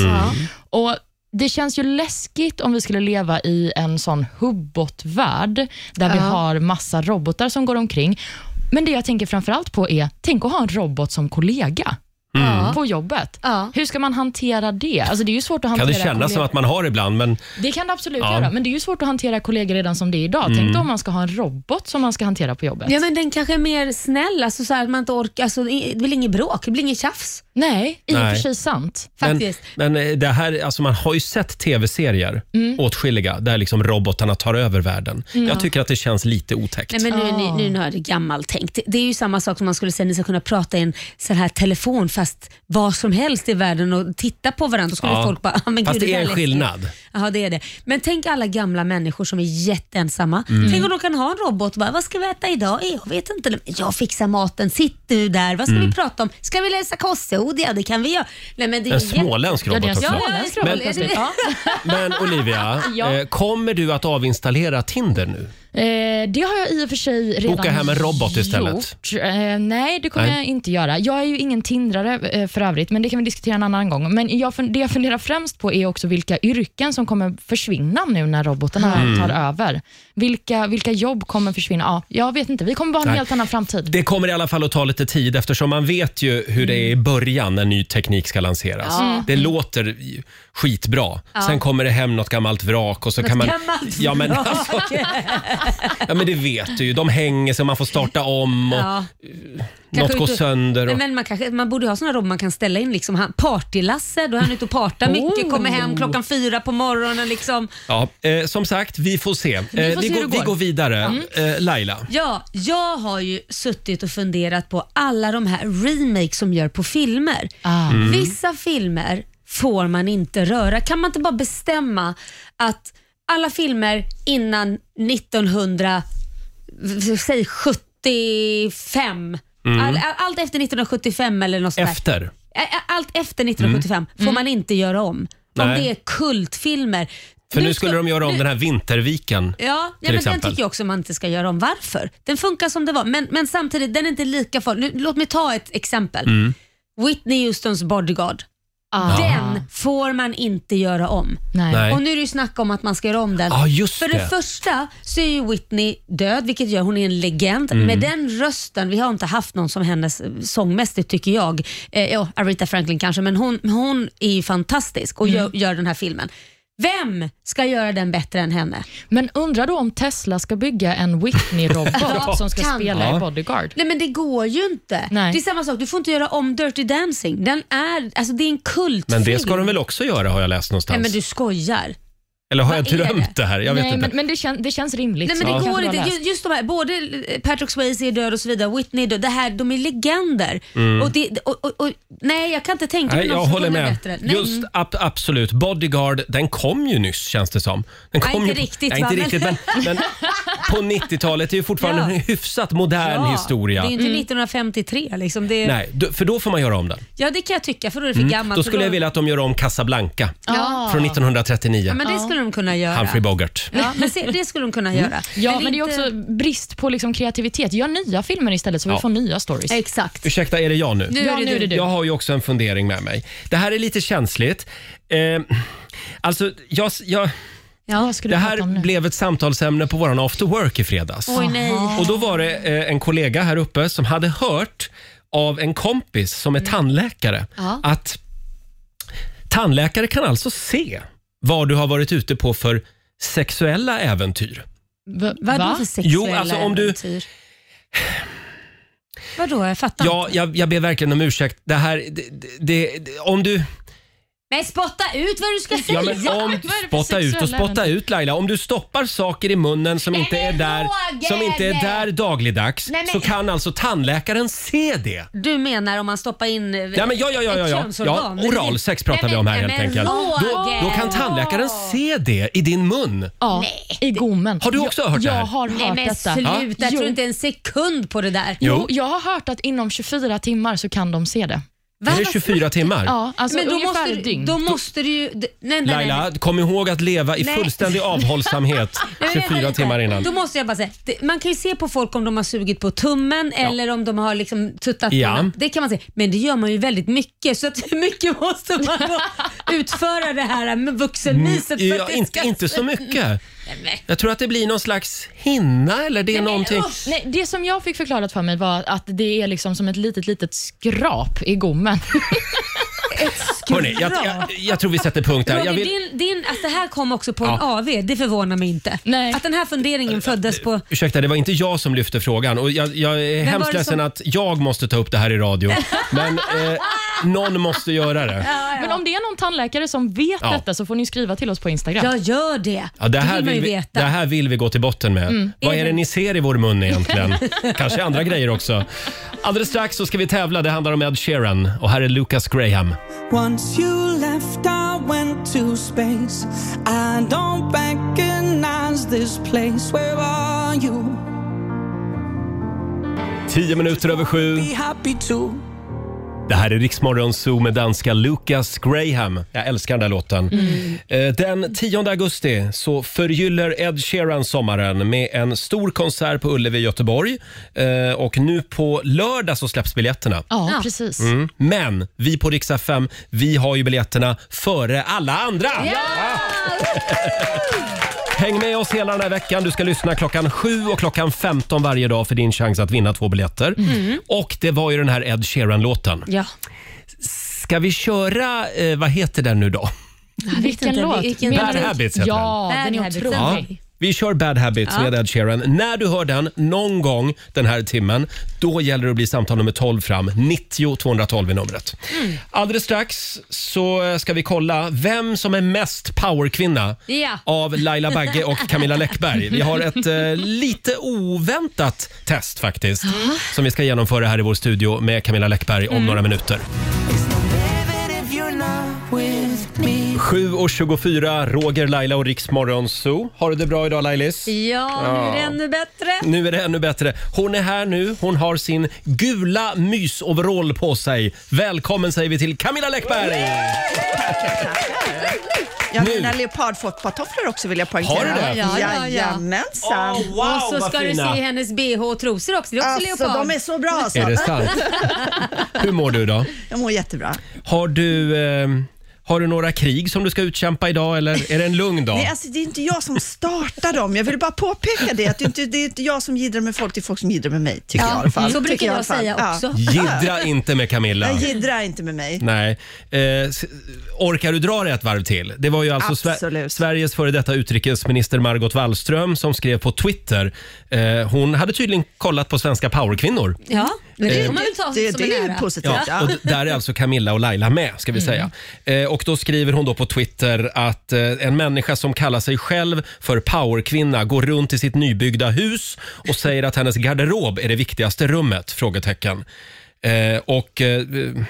Speaker 3: Och det känns ju läskigt om vi skulle leva i en sån hubbotvärld där vi har massa robotar som går omkring. Men det jag tänker framförallt på är, tänk att ha en robot som kollega
Speaker 1: Mm.
Speaker 3: på jobbet.
Speaker 2: Ja.
Speaker 3: Hur ska man hantera det? Alltså det är ju svårt att
Speaker 1: Kan
Speaker 3: hantera
Speaker 1: det kännas som
Speaker 3: kollegor.
Speaker 1: att man har ibland, men
Speaker 3: Det kan det absolut
Speaker 1: Ja. Mm.
Speaker 3: göra, men det är ju svårt att hantera kollegor redan som det är idag. Tänk då om man ska ha en robot som man ska hantera på jobbet.
Speaker 2: Ja, men den kanske är mer snäll, alltså så här att man inte orkar. Alltså, i- det blir inget bråk, det blir inget tjafs
Speaker 3: Nej, i och
Speaker 1: Nej.
Speaker 3: för sig sant.
Speaker 1: men,
Speaker 2: faktiskt.
Speaker 1: men eh, det här, alltså man har ju sett tv-serier, åtskilliga, där liksom robotarna tar över världen. Jag tycker att det känns lite otäckt.
Speaker 2: Nej, men nu, är ni, nu har det gammaltänkt. Det är ju samma sak som man skulle säga, ni ska kunna prata i en sån här telefon fast vad som helst i världen och titta på varandra. Då skulle
Speaker 1: Ja.
Speaker 2: folk bara, "Ah, men
Speaker 1: Fast
Speaker 2: gud,
Speaker 1: det är
Speaker 2: där
Speaker 1: en
Speaker 2: läskigt."
Speaker 1: skillnad.
Speaker 2: Ja, det är det. Men tänk alla gamla människor som är jätteensamma.
Speaker 1: Mm.
Speaker 2: Tänk om de kan ha en robot och bara, vad ska vi äta idag? Eh, Jag vet inte. Jag fixar maten. Sitt du där. Vad ska
Speaker 1: Mm.
Speaker 2: vi prata om? Ska vi läsa kostord? Ja, det kan vi göra. Nej, men det är
Speaker 1: En
Speaker 2: ju
Speaker 1: småländsk
Speaker 3: Ja,
Speaker 1: robot
Speaker 3: det är en
Speaker 1: också.
Speaker 3: småländsk
Speaker 1: Men-
Speaker 3: robot plötsligt. Ja.
Speaker 1: Men Olivia,
Speaker 3: Ja.
Speaker 1: eh, kommer du att avinstallera Tinder nu?
Speaker 3: Eh, det har jag i och för sig redan
Speaker 1: Boka hem en robot istället.
Speaker 3: Gjort. Eh, nej, det kommer
Speaker 1: Nej.
Speaker 3: jag inte göra. Jag är ju ingen tindrare eh, för övrigt, men det kan vi diskutera en annan gång. Men jag, fun- det jag funderar främst på är också vilka yrken som kommer jätteförsvinna nu när robotarna
Speaker 1: Mm.
Speaker 3: tar över. Vilka, vilka jobb kommer försvinna? Ja, jag vet inte. Vi kommer bara ha en
Speaker 1: Nej.
Speaker 3: helt annan framtid.
Speaker 1: Det kommer i alla fall att ta lite tid eftersom man vet ju hur det är i början när ny teknik ska lanseras. Det
Speaker 2: Mm.
Speaker 1: låter ju skitbra. Sen kommer det hem något gammalt vrak och så kan man...
Speaker 2: gammalt
Speaker 1: ja, men
Speaker 2: vrak.
Speaker 1: alltså, Ja, men det vet du ju. De hänger sig och man får starta om och
Speaker 2: Ja.
Speaker 1: något
Speaker 2: Kanske
Speaker 1: går
Speaker 2: inte-
Speaker 1: sönder.
Speaker 2: Nej,
Speaker 1: Och...
Speaker 2: men man, kanske, man borde ju ha såna robotar man kan ställa in. Liksom. Han- Party-Lasse, då är han ute och partar mycket, kommer hem klockan fyra på morgonen. Liksom.
Speaker 1: Ja, eh, som sagt, vi får se. Eh,
Speaker 3: Vi får se hur
Speaker 1: går,
Speaker 3: det
Speaker 1: vi
Speaker 3: går.
Speaker 1: går vidare.
Speaker 2: Mm.
Speaker 1: Eh, Laila.
Speaker 2: Ja, jag har ju suttit och funderat på alla de här remakes som gör på filmer. Mm.
Speaker 3: Ah.
Speaker 2: Vissa filmer får man inte röra. Kan man inte bara bestämma att alla filmer innan 1900, v- säg 75, all, all, allt efter 1975 eller något sånt där.
Speaker 1: Efter.
Speaker 2: Ä- ä- Allt efter 1975 får man inte göra om. Om
Speaker 1: Mm. Nej.
Speaker 2: det är kultfilmer.
Speaker 1: För nu
Speaker 2: ska-
Speaker 1: skulle de göra om
Speaker 2: nu-
Speaker 1: den här Vinterviken.
Speaker 2: Ja, ja men den
Speaker 1: exempel.
Speaker 2: tycker jag också man inte ska göra om. Varför? Den funkar som det var, men, men samtidigt den är inte lika farlig. Nu, låt mig ta ett exempel.
Speaker 1: Mm.
Speaker 2: Whitney Houstons Bodyguard.
Speaker 3: Ah.
Speaker 2: Den får man inte göra om.
Speaker 3: Nej.
Speaker 1: Nej. Ah.
Speaker 2: Och nu är det ju snack om att man ska göra om den.
Speaker 1: Ja, just
Speaker 2: För det,
Speaker 1: det.
Speaker 2: första så är ju Whitney död, vilket gör hon är en legend.
Speaker 1: Mm.
Speaker 2: Med den rösten, vi har inte haft någon som hennes eh, sångmässigt tycker jag. Eh, ja, Aretha Franklin kanske, men hon, hon är ju fantastisk
Speaker 1: Mm.
Speaker 2: och gör, gör den här filmen. Vem ska göra den bättre än henne?
Speaker 3: Men undrar då om Tesla ska bygga en Whitney-robot som ska
Speaker 2: kan.
Speaker 3: spela
Speaker 1: Ja.
Speaker 3: i Bodyguard?
Speaker 2: Nej men det går ju inte.
Speaker 3: Nej.
Speaker 2: Det är samma sak, du får inte göra om Dirty Dancing. Den är, alltså det är en kultfilm.
Speaker 1: Men det ska de väl också göra har jag läst någonstans.
Speaker 2: Nej men du skojar.
Speaker 1: Eller har jag
Speaker 2: Vad är
Speaker 1: drömt
Speaker 2: det?
Speaker 1: det här? Jag vet
Speaker 3: Nej,
Speaker 1: inte.
Speaker 3: men, men det, kän, det känns rimligt.
Speaker 2: Nej men det
Speaker 3: Kanske
Speaker 2: går
Speaker 3: du har
Speaker 2: inte.
Speaker 3: läst.
Speaker 2: Ju- Just de här, både Patrick Swayze är död och så vidare, Whitney är död. Det här, de är legender. Och det, och, och, och, nej jag kan inte tänka mig
Speaker 1: Mm. Nej,
Speaker 2: någon
Speaker 1: jag
Speaker 2: som
Speaker 1: håller
Speaker 2: kunde
Speaker 1: med.
Speaker 2: bättre. Nej,
Speaker 1: Just
Speaker 2: mm.
Speaker 1: ab- absolut. Bodyguard, den kom ju nyss känns det som. Den
Speaker 2: Ja,
Speaker 1: kom
Speaker 2: inte
Speaker 1: ju, ja,
Speaker 2: riktigt, va,
Speaker 1: inte
Speaker 2: men-
Speaker 1: riktigt men, men på 90-talet, det är ju fortfarande
Speaker 2: Ja.
Speaker 1: en hyfsat modern
Speaker 2: Ja,
Speaker 1: historia.
Speaker 2: Det är ju inte 1953 liksom. Det,
Speaker 1: Mm. Nej, då- för då får man göra om den.
Speaker 2: ja det kan jag tycka för då är det för gammalt.
Speaker 1: Då
Speaker 2: för
Speaker 1: skulle jag vilja att de gör om Casablanca
Speaker 2: Ja.
Speaker 1: från 1939.
Speaker 2: Ja, men det skulle de kunna göra.
Speaker 1: Humphrey Bogart. Mm.
Speaker 2: Ja, men se, det skulle de kunna göra.
Speaker 3: Ja, men det är
Speaker 2: inte-
Speaker 3: också brist på liksom kreativitet. Gör nya filmer istället så vi får nya stories.
Speaker 2: Exakt.
Speaker 1: Ursäkta, är det jag nu?
Speaker 2: Nu
Speaker 3: Ja,
Speaker 2: är det
Speaker 3: nu är det
Speaker 2: du.
Speaker 3: du.
Speaker 1: Jag har ju också en fundering med mig. Det här är lite känsligt. Eh, alltså, jag, jag,
Speaker 3: Ja, vad ska
Speaker 1: det
Speaker 3: du prata om
Speaker 1: här
Speaker 3: nu?
Speaker 1: blev ett samtalsämne på våran after work i fredags.
Speaker 2: Oj nej.
Speaker 1: Och då var det eh, en kollega här uppe som hade hört av en kompis som är tandläkare
Speaker 2: Mm. Ja.
Speaker 1: att tandläkare kan alltså se vad du har varit ute på för sexuella äventyr.
Speaker 3: V-
Speaker 2: Vadå
Speaker 3: va?
Speaker 2: för sexuella
Speaker 1: Jo, alltså om du-
Speaker 2: äventyr? Vadå, jag fattar
Speaker 1: Ja,
Speaker 2: inte.
Speaker 1: jag, jag ber verkligen om ursäkt. Det här, det, det, det, om du...
Speaker 2: Men spotta ut vad du ska säga!
Speaker 1: Ja, men om,
Speaker 3: det för
Speaker 1: spotta ut och
Speaker 3: sexuella
Speaker 1: spotta ut Laila. Om du stoppar saker i munnen som inte är
Speaker 2: men
Speaker 1: där,
Speaker 2: Roger!
Speaker 1: som inte är där dagligdags
Speaker 2: Nej, men-
Speaker 1: så kan alltså tandläkaren se det.
Speaker 2: Du menar om man stoppar in eh,
Speaker 1: Ja, men ja, ja, ja,
Speaker 2: ett
Speaker 1: ja, ja. ja
Speaker 2: könsorgan?
Speaker 1: oralsex pratar
Speaker 2: Nej,
Speaker 1: vi om här
Speaker 2: men-
Speaker 1: helt
Speaker 2: nej, men
Speaker 1: enkelt. Då,
Speaker 2: Roger!
Speaker 1: då kan tandläkaren se det i din mun.
Speaker 3: Ja, i gommen.
Speaker 1: Har du också
Speaker 3: jag,
Speaker 1: hört det här?
Speaker 3: Jag har
Speaker 2: Nej
Speaker 3: hört
Speaker 2: men
Speaker 3: detta.
Speaker 2: sluta, jag
Speaker 3: Jo.
Speaker 2: tror inte en sekund på det där.
Speaker 1: Jo.
Speaker 3: Jo, jag har hört att inom 24 timmar så kan de se det.
Speaker 2: Va?
Speaker 1: Är det 24 timmar?
Speaker 3: Ja, alltså
Speaker 2: men då
Speaker 3: ungefär
Speaker 2: måste,
Speaker 3: ett
Speaker 2: du,
Speaker 3: dygn.
Speaker 2: då måste du ju... d- Nej, nej, nej.
Speaker 1: Laila, kom ihåg att leva i
Speaker 2: Nej.
Speaker 1: fullständig avhållsamhet
Speaker 2: Nej, men vänta
Speaker 1: 24
Speaker 2: lite.
Speaker 1: timmar innan.
Speaker 2: Då måste jag bara säga, det- man kan ju se på folk om de har sugit på tummen eller om de har liksom tuttat på
Speaker 1: Ja.
Speaker 2: den. Det kan man se, men det gör man ju väldigt mycket så att hur mycket måste man då utföra det här med vuxenmyset för
Speaker 1: Mm, Ja,
Speaker 2: att det
Speaker 1: inte,
Speaker 2: ska-
Speaker 1: inte så mycket.
Speaker 2: men-
Speaker 1: Jag tror att det blir någon slags hinna eller det är någonting.
Speaker 2: usch!
Speaker 3: Nej, det som jag fick förklarat för mig var att det är liksom som ett litet, litet skrap i gommen.
Speaker 1: Hörrni, jag, jag, jag tror vi sätter punkt där.
Speaker 2: Roger,
Speaker 1: Jag vill,
Speaker 2: din, din, att det här kom också på en
Speaker 1: Ja.
Speaker 2: AV, det förvånar mig inte.
Speaker 3: Nej.
Speaker 2: Att den här funderingen föddes på...
Speaker 1: Ursäkta, det var inte jag som lyfte frågan och jag, jag är
Speaker 2: var
Speaker 1: hemskt
Speaker 2: det
Speaker 1: ledsen
Speaker 2: som-
Speaker 1: att jag måste ta upp det här i radio. Men eh, någon måste göra det.
Speaker 3: Men om det är någon tandläkare som vet
Speaker 1: Ja.
Speaker 3: detta så får ni skriva till oss på Instagram.
Speaker 2: Jag gör det.
Speaker 1: Ja, det, här
Speaker 2: vill man
Speaker 1: vill
Speaker 2: ju
Speaker 1: vi,
Speaker 2: veta. Mm.
Speaker 1: det här vill vi gå till botten med. Vad är det ni ser i vår mun egentligen? Kanske andra grejer också. Alldeles strax så ska vi tävla. Det handlar om Ed Sheeran och här är Lucas Graham.
Speaker 4: Once you left, I went to space. I don't recognize this place. Where are you?
Speaker 1: Tio minuter över sju.
Speaker 4: Be happy to.
Speaker 1: Det här är Riksmorgon Zoo med danska Lucas Graham. Jag älskar den där låten.
Speaker 2: Mm.
Speaker 1: Eh, Den 10 augusti så förgyller Ed Sheeran sommaren med en stor konsert på Ullevi i Göteborg. Eh, Och nu på lördag så släpps biljetterna.
Speaker 3: Ja,
Speaker 2: Ja.
Speaker 3: precis.
Speaker 1: Mm. Men vi på Rix FM, vi har ju biljetterna före alla andra. Häng med oss hela den här veckan. Du ska lyssna klockan 7 och klockan 15 varje dag för din chans att vinna två biljetter. Och det var ju den här Ed Sheeran-låten.
Speaker 2: Ja.
Speaker 1: Ska vi köra, eh, vad heter den nu då?
Speaker 2: Jag vet
Speaker 3: Vilken
Speaker 2: inte,
Speaker 3: låt?
Speaker 2: vilken-
Speaker 1: Bad Habits heter
Speaker 3: ja,
Speaker 2: den.
Speaker 3: den är
Speaker 2: Bad Habits.
Speaker 3: otrolig.
Speaker 1: Ja. Vi kör Bad Habits med Ed Sheeran. När du hör den någon gång den här timmen, då gäller det att bli samtal nummer 12 fram. 90 212 är numret. Alldeles strax så eh, ska vi kolla vem som är mest powerkvinna
Speaker 2: Ja.
Speaker 1: av Laila Bagge och Camilla Läckberg. Vi har ett eh, lite oväntat test faktiskt som vi ska genomföra här i vår studio med Camilla Läckberg om några minuter. 7.24, Roger, Laila och Riksmorgon Zoo. Har du det bra idag Lailis?
Speaker 2: Ja, nu är det ännu bättre.
Speaker 1: Nu är det ännu bättre. Hon är här nu. Hon har sin gula mysoverall på sig. Välkommen säger vi till Camilla Läckberg!
Speaker 10: Jag har
Speaker 1: Nu.
Speaker 10: mina leopardfotpatofflor också vill jag poängtera.
Speaker 1: Har du det?
Speaker 2: Ja, ja, ja.
Speaker 10: Jajamensan.
Speaker 2: och så ska du se hennes bh och trosor också. Det är också
Speaker 10: Alltså
Speaker 2: leopard.
Speaker 10: de är så bra alltså.
Speaker 1: Är det sant? Hur mår du idag?
Speaker 10: Jag mår jättebra.
Speaker 1: Har du, eh, har du några krig som du ska utkämpa idag eller är det en lugn dag?
Speaker 10: Nej, alltså, det är inte jag som startar dem. Jag vill bara påpeka det. Att det, är inte, det är inte jag som jiddrar med folk, det är folk som jiddrar med mig. Tycker jag i alla fall.
Speaker 2: Så
Speaker 10: Tycker
Speaker 2: brukar jag,
Speaker 10: i alla fall.
Speaker 2: säga
Speaker 10: Ja.
Speaker 2: också.
Speaker 1: Jiddra inte med Camilla.
Speaker 10: Nej, Jiddra inte med mig.
Speaker 1: Nej. Eh, s- orkar du dra det ett varv till? Det var ju alltså Sve-
Speaker 10: Absolut.
Speaker 1: Sveriges före detta utrikesminister Margot Wallström som skrev på Twitter. Eh, hon hade tydligen kollat på svenska powerkvinnor.
Speaker 2: Ja, men det
Speaker 1: Eh,
Speaker 2: får man väl ta
Speaker 10: Det,
Speaker 2: som en
Speaker 10: det är ju
Speaker 2: ära.
Speaker 10: positivt.
Speaker 1: Ja, och d- där är alltså Camilla och Laila med ska vi
Speaker 10: Mm.
Speaker 1: säga. Eh, och då skriver hon då på Twitter att eh, en människa som kallar sig själv för powerkvinna går runt i sitt nybyggda hus och säger att hennes garderob är det viktigaste rummet? Frågetecken. Eh, och eh,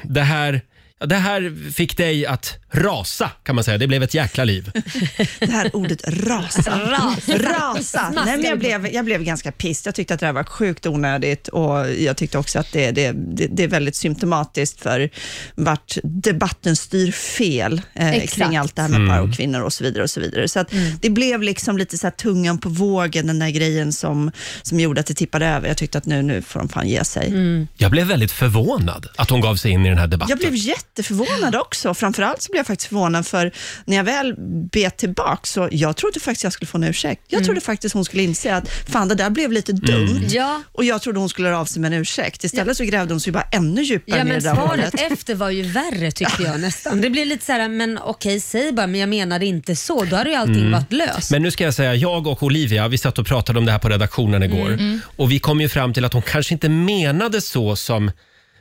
Speaker 1: det här ja, det här fick dig att rasa kan man säga. Det blev ett jäkla liv.
Speaker 10: Det här ordet rasa.
Speaker 2: Rasa.
Speaker 10: rasa. Nej, men jag, blev, jag blev ganska pissed. Jag tyckte att det här var sjukt onödigt och jag tyckte också att det, det, det, det är väldigt symptomatiskt för vart debatten styr fel eh,
Speaker 2: Exakt. Mm.
Speaker 10: kring allt det här med par och kvinnor och så vidare. och så vidare. Så att Det blev liksom lite så här tungan på vågen, den där grejen som, som gjorde att det tippade över. Jag tyckte att nu, nu får de fan ge sig.
Speaker 2: Mm.
Speaker 1: Jag blev väldigt förvånad att hon gav sig in i den här debatten.
Speaker 10: Jag blev jätteförvånad också. Framförallt så blev jag faktiskt förvånad för när jag väl bet tillbaka så jag trodde faktiskt jag skulle få en ursäkt. Jag
Speaker 2: Mm.
Speaker 10: trodde faktiskt hon skulle inse att fan det där blev lite dumt.
Speaker 2: Ja.
Speaker 10: Och jag trodde hon skulle höra av sig med en ursäkt. Istället så grävde hon sig bara ännu djupare
Speaker 2: Ja,
Speaker 10: ner i
Speaker 2: men
Speaker 10: det där
Speaker 2: svaret
Speaker 10: hålet.
Speaker 2: efter var ju värre tycker jag nästan. Det blir lite så här, men okej, säg bara, men jag menade inte så. Då hade ju allting varit löst.
Speaker 1: Mm. Men nu ska jag säga, jag och Olivia, vi satt och pratade om det här på redaktionen igår.
Speaker 2: Mm,
Speaker 1: Och vi kom ju fram till att hon kanske inte menade så som,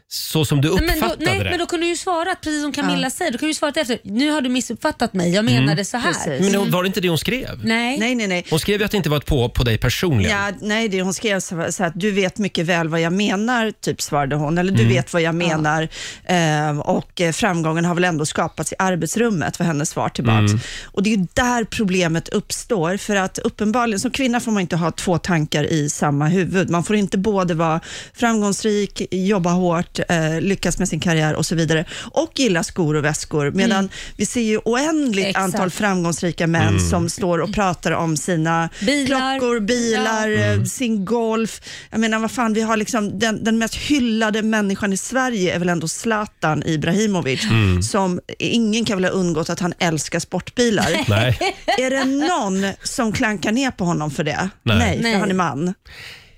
Speaker 1: så som du
Speaker 2: Nej,
Speaker 1: uppfattade
Speaker 2: men då, nej,
Speaker 1: det.
Speaker 2: men då kunde du ju svara, precis som Camilla säger, då kunde du ju svara efter, nu har du missuppfattat mig,
Speaker 1: Mm.
Speaker 2: jag menade så här.
Speaker 10: Precis.
Speaker 1: Men hon- var det inte det hon skrev?
Speaker 2: Nej.
Speaker 10: Nej, nej, nej.
Speaker 1: Hon skrev ju att det inte var ett påhopp på dig personligen.
Speaker 10: Ja, nej, det, hon skrev så så här att du vet mycket väl vad jag menar, typ svarade hon. Eller du vet vad jag menar. Eh, och eh, framgången har väl ändå skapats i arbetsrummet, var hennes svar tillbaks. Och det är ju där problemet uppstår. För att uppenbarligen, som kvinna får man inte ha två tankar i samma huvud. Man får inte både vara framgångsrik, jobba hårt, eh, lyckas med sin karriär och så vidare. Och gilla skor och väskor. Medan vi ser ju oändligt
Speaker 2: Exakt.
Speaker 10: antal framgångsrika män som står och pratar om sina
Speaker 2: Bilar.
Speaker 10: klockor, bilar, eh, sin golf. Jag menar, vad fan, vi har liksom den, den mest hyllade människan i Sverige är väl ändå Zlatan Ibrahimovic,
Speaker 2: Mm.
Speaker 10: som ingen kan väl ha undgått att han älskar sportbilar.
Speaker 1: Nej.
Speaker 10: är det någon som klankar ner på honom för det?
Speaker 1: Nej.
Speaker 10: för
Speaker 2: Nej.
Speaker 10: han är man.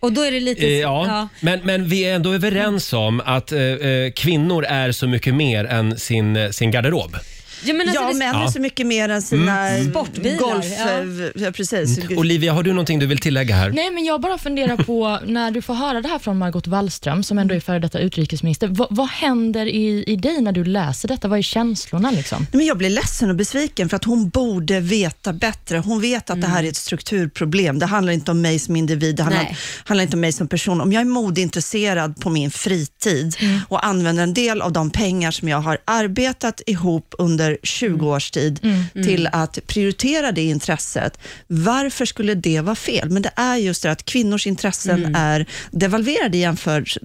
Speaker 2: Och då är det lite...
Speaker 1: Eh, Ja, Men, men vi är ändå överens om att eh, eh, kvinnor är så mycket mer än sin, eh, sin garderob.
Speaker 2: Ja, men alltså,
Speaker 10: ja,
Speaker 2: det,
Speaker 10: män är så mycket mer än sina
Speaker 2: Sportbilar,
Speaker 10: golf...
Speaker 2: ja. Mm.
Speaker 10: eh, Ja. precis.
Speaker 1: Olivia, har du någonting du vill tillägga här?
Speaker 3: Nej, men jag bara funderar på, när du får höra det här från Margot Wallström, som ändå är före detta utrikesminister, vad, vad händer i, i dig när du läser detta? Vad är känslorna liksom?
Speaker 10: Nej, Men jag blir ledsen och besviken för att hon borde veta bättre. Hon vet att det här är ett strukturproblem. Det handlar inte om mig som individ, det handlar,
Speaker 2: Mm. Nej.
Speaker 10: handlar inte om mig som person. Om jag är modeintresserad på min fritid och använder en del av de pengar som jag har arbetat ihop under 20 års tid till att prioritera det intresset, varför skulle det vara fel? Men det är just det att kvinnors intressen är devalverade i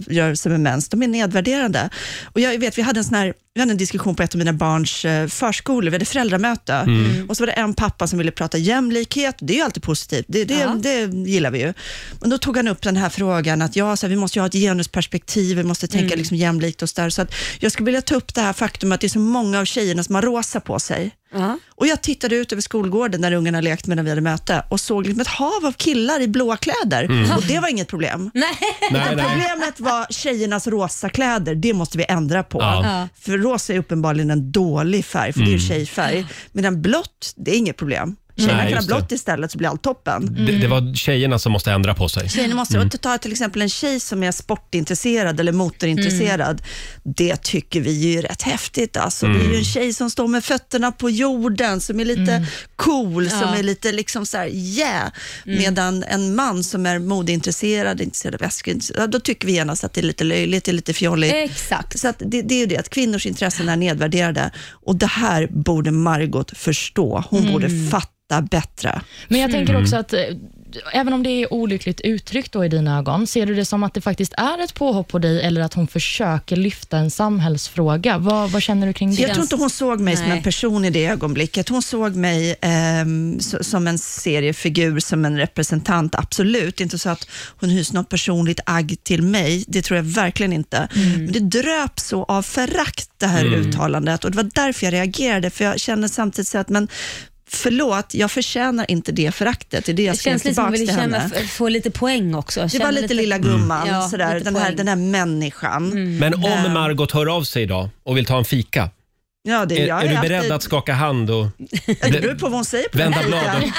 Speaker 10: jämförelse med mäns. De är nedvärderande. Och jag vet, vi hade en sån här vi hade en diskussion på ett av mina barns eh, förskolor, vi hade föräldramöte och så var det en pappa som ville prata jämlikhet, det är ju alltid positivt, det, det,
Speaker 2: Ja.
Speaker 10: det gillar vi ju. Men då tog han upp den här frågan att ja, så här, vi måste ju ha ett genusperspektiv, vi måste
Speaker 2: Mm.
Speaker 10: tänka liksom jämlikt och sådär. Så att jag skulle vilja ta upp det här faktum att det är så många av tjejerna som har rosa på sig.
Speaker 2: ja.
Speaker 10: Och jag tittade ut över skolgården när ungarna lekt medan vi hade möte och såg liksom ett hav av killar i blåa kläder och det var inget problem.
Speaker 1: Nej, nej.
Speaker 10: Problemet var tjejernas rosa kläder, det måste vi ändra på.
Speaker 1: Ja. Mm.
Speaker 2: Ja.
Speaker 10: För rosa är uppenbarligen en dålig färg, för det är ju tjejfärg. Medan blått, det är inget problem. Tjejerna
Speaker 1: Nej,
Speaker 10: kan ha
Speaker 1: just det.
Speaker 10: blått istället så blir allt toppen.
Speaker 2: Mm.
Speaker 1: Det, det var tjejerna som måste ändra på sig.
Speaker 10: Tjejerna måste, och ta till exempel en tjej som är sportintresserad eller motorintresserad.
Speaker 2: Mm.
Speaker 10: Det tycker vi ju är rätt häftigt. Alltså, Det är ju
Speaker 1: Mm.
Speaker 10: en tjej som står med fötterna på jorden, som är lite cool, som
Speaker 2: Mm. Ja. Mm.
Speaker 10: är lite liksom så här yeah. Medan en man som är modeintresserad, intresserad av väskor, intresserad- ja, då tycker vi genast att det är lite löjligt, det är lite fjolligt.
Speaker 2: Exakt.
Speaker 10: Så att det, det är ju det, att kvinnors intressen är nedvärderade. Och det här borde Margot förstå. Hon borde
Speaker 2: Mm.
Speaker 10: fatta bättre.
Speaker 3: Men
Speaker 1: Mm.
Speaker 3: jag tänker också att eh, Även om det är olyckligt uttryckt då i dina ögon, ser du det som att det faktiskt är ett påhopp på dig eller att hon försöker lyfta en samhällsfråga? Vad, vad känner du kring det?
Speaker 10: Jag tror inte hon såg mig som
Speaker 3: Nej.
Speaker 10: en person i det ögonblicket. Hon såg mig ehm, s- som en seriefigur, som en representant, absolut. Inte så att hon hyser något personligt agg till mig, det tror jag verkligen inte.
Speaker 2: Mm.
Speaker 10: Men det dröp så av förakt, det här
Speaker 11: Mm.
Speaker 10: uttalandet. Och det var därför jag reagerade, för jag kände samtidigt så att, men förlåt, jag förtjänar inte det föraktet. Det är det jag
Speaker 2: Det
Speaker 10: skrev
Speaker 2: känns lite som
Speaker 10: tillbaka
Speaker 2: att vi
Speaker 10: till
Speaker 2: vill känna,
Speaker 10: henne.
Speaker 2: f- få lite poäng också.
Speaker 10: Det
Speaker 2: Känna Mm.
Speaker 10: var lite, lilla gumman,
Speaker 2: Ja,
Speaker 10: sådär,
Speaker 2: lite
Speaker 10: den, här,
Speaker 2: poäng. Mm.
Speaker 10: den här människan.
Speaker 1: Men om
Speaker 10: Ehm,
Speaker 1: Margot hör av sig idag och vill ta en fika,
Speaker 10: ja, det, jag
Speaker 1: är,
Speaker 10: har
Speaker 1: är du
Speaker 10: haft
Speaker 1: beredd
Speaker 10: det-
Speaker 1: att skaka hand och
Speaker 10: Det beror på vad hon säger på
Speaker 1: Vända
Speaker 10: den fikan.
Speaker 1: bladet.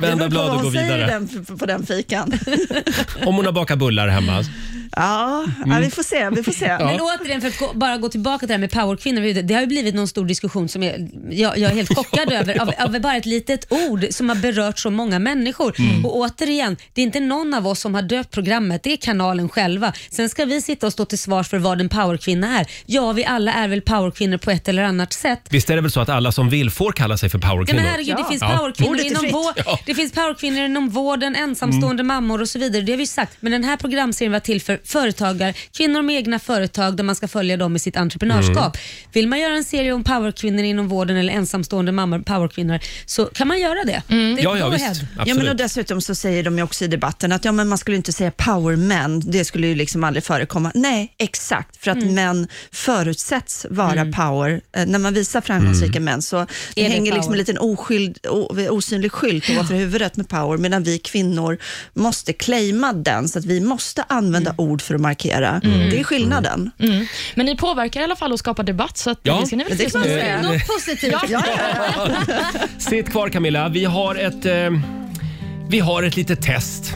Speaker 10: Det
Speaker 1: vända
Speaker 10: beror på
Speaker 1: blad
Speaker 10: vad
Speaker 1: och gå
Speaker 10: hon säger
Speaker 1: vidare?
Speaker 10: Den, på den fikan.
Speaker 1: Om hon har bakat bullar hemma.
Speaker 10: Ja,
Speaker 1: Mm.
Speaker 10: ja, vi får se. Vi får se.
Speaker 2: Men återigen, för att gå, bara gå tillbaka till det här med powerkvinnor. överhuvudtaget. Det har ju blivit någon stor diskussion som jag, jag, jag är helt chockad över, av, av bara ett litet ord som har berört så många människor.
Speaker 10: Mm.
Speaker 2: Och återigen, det är inte någon av oss som har döpt programmet, det är kanalen själva. Sen ska vi sitta och stå till svars för vad en powerkvinna är. Ja, vi alla är väl powerkvinnor på ett eller annat sätt.
Speaker 1: Visst är det väl så att alla som vill får kalla sig för
Speaker 2: Ja,
Speaker 1: powerkvinnor?
Speaker 2: men herregud, det, finns powerkvinnor
Speaker 1: Ordet är
Speaker 2: inom
Speaker 1: fritt. Mm.
Speaker 2: vår, det finns powerkvinnor inom vården, ensamstående mammor och så vidare. Det har vi ju sagt. Men den här programserien var till för företagare, kvinnor med egna företag där man ska följa dem i sitt entreprenörskap.
Speaker 1: Mm.
Speaker 2: Vill man göra en serie om powerkvinnor inom vården eller ensamstående mammor, powerkvinnor, så kan man göra det. det är go ahead.
Speaker 10: Ja, men och dessutom så säger de ju också i debatten att ja, men man skulle inte säga power men, det skulle ju liksom aldrig förekomma. Nej, exakt, för att män förutsätts vara power. Eh, när man visar framgångsrika
Speaker 1: Mm.
Speaker 10: män så det
Speaker 2: det
Speaker 10: hänger liksom
Speaker 2: power?
Speaker 10: en liten oskyld, o, osynlig skylt ovanför huvudet med power, medan vi kvinnor måste claima den, så att vi måste använda ord för att markera. Det är skillnaden.
Speaker 3: Mm. Men ni påverkar i alla fall och skapar debatt, så att
Speaker 1: Ja,
Speaker 3: det ska ni väl
Speaker 1: men det
Speaker 3: se
Speaker 1: kan
Speaker 3: som
Speaker 1: man
Speaker 3: en-
Speaker 1: säga.
Speaker 2: Något positivt.
Speaker 1: Sitt kvar Camilla. Vi har ett... Eh, vi har ett litet test.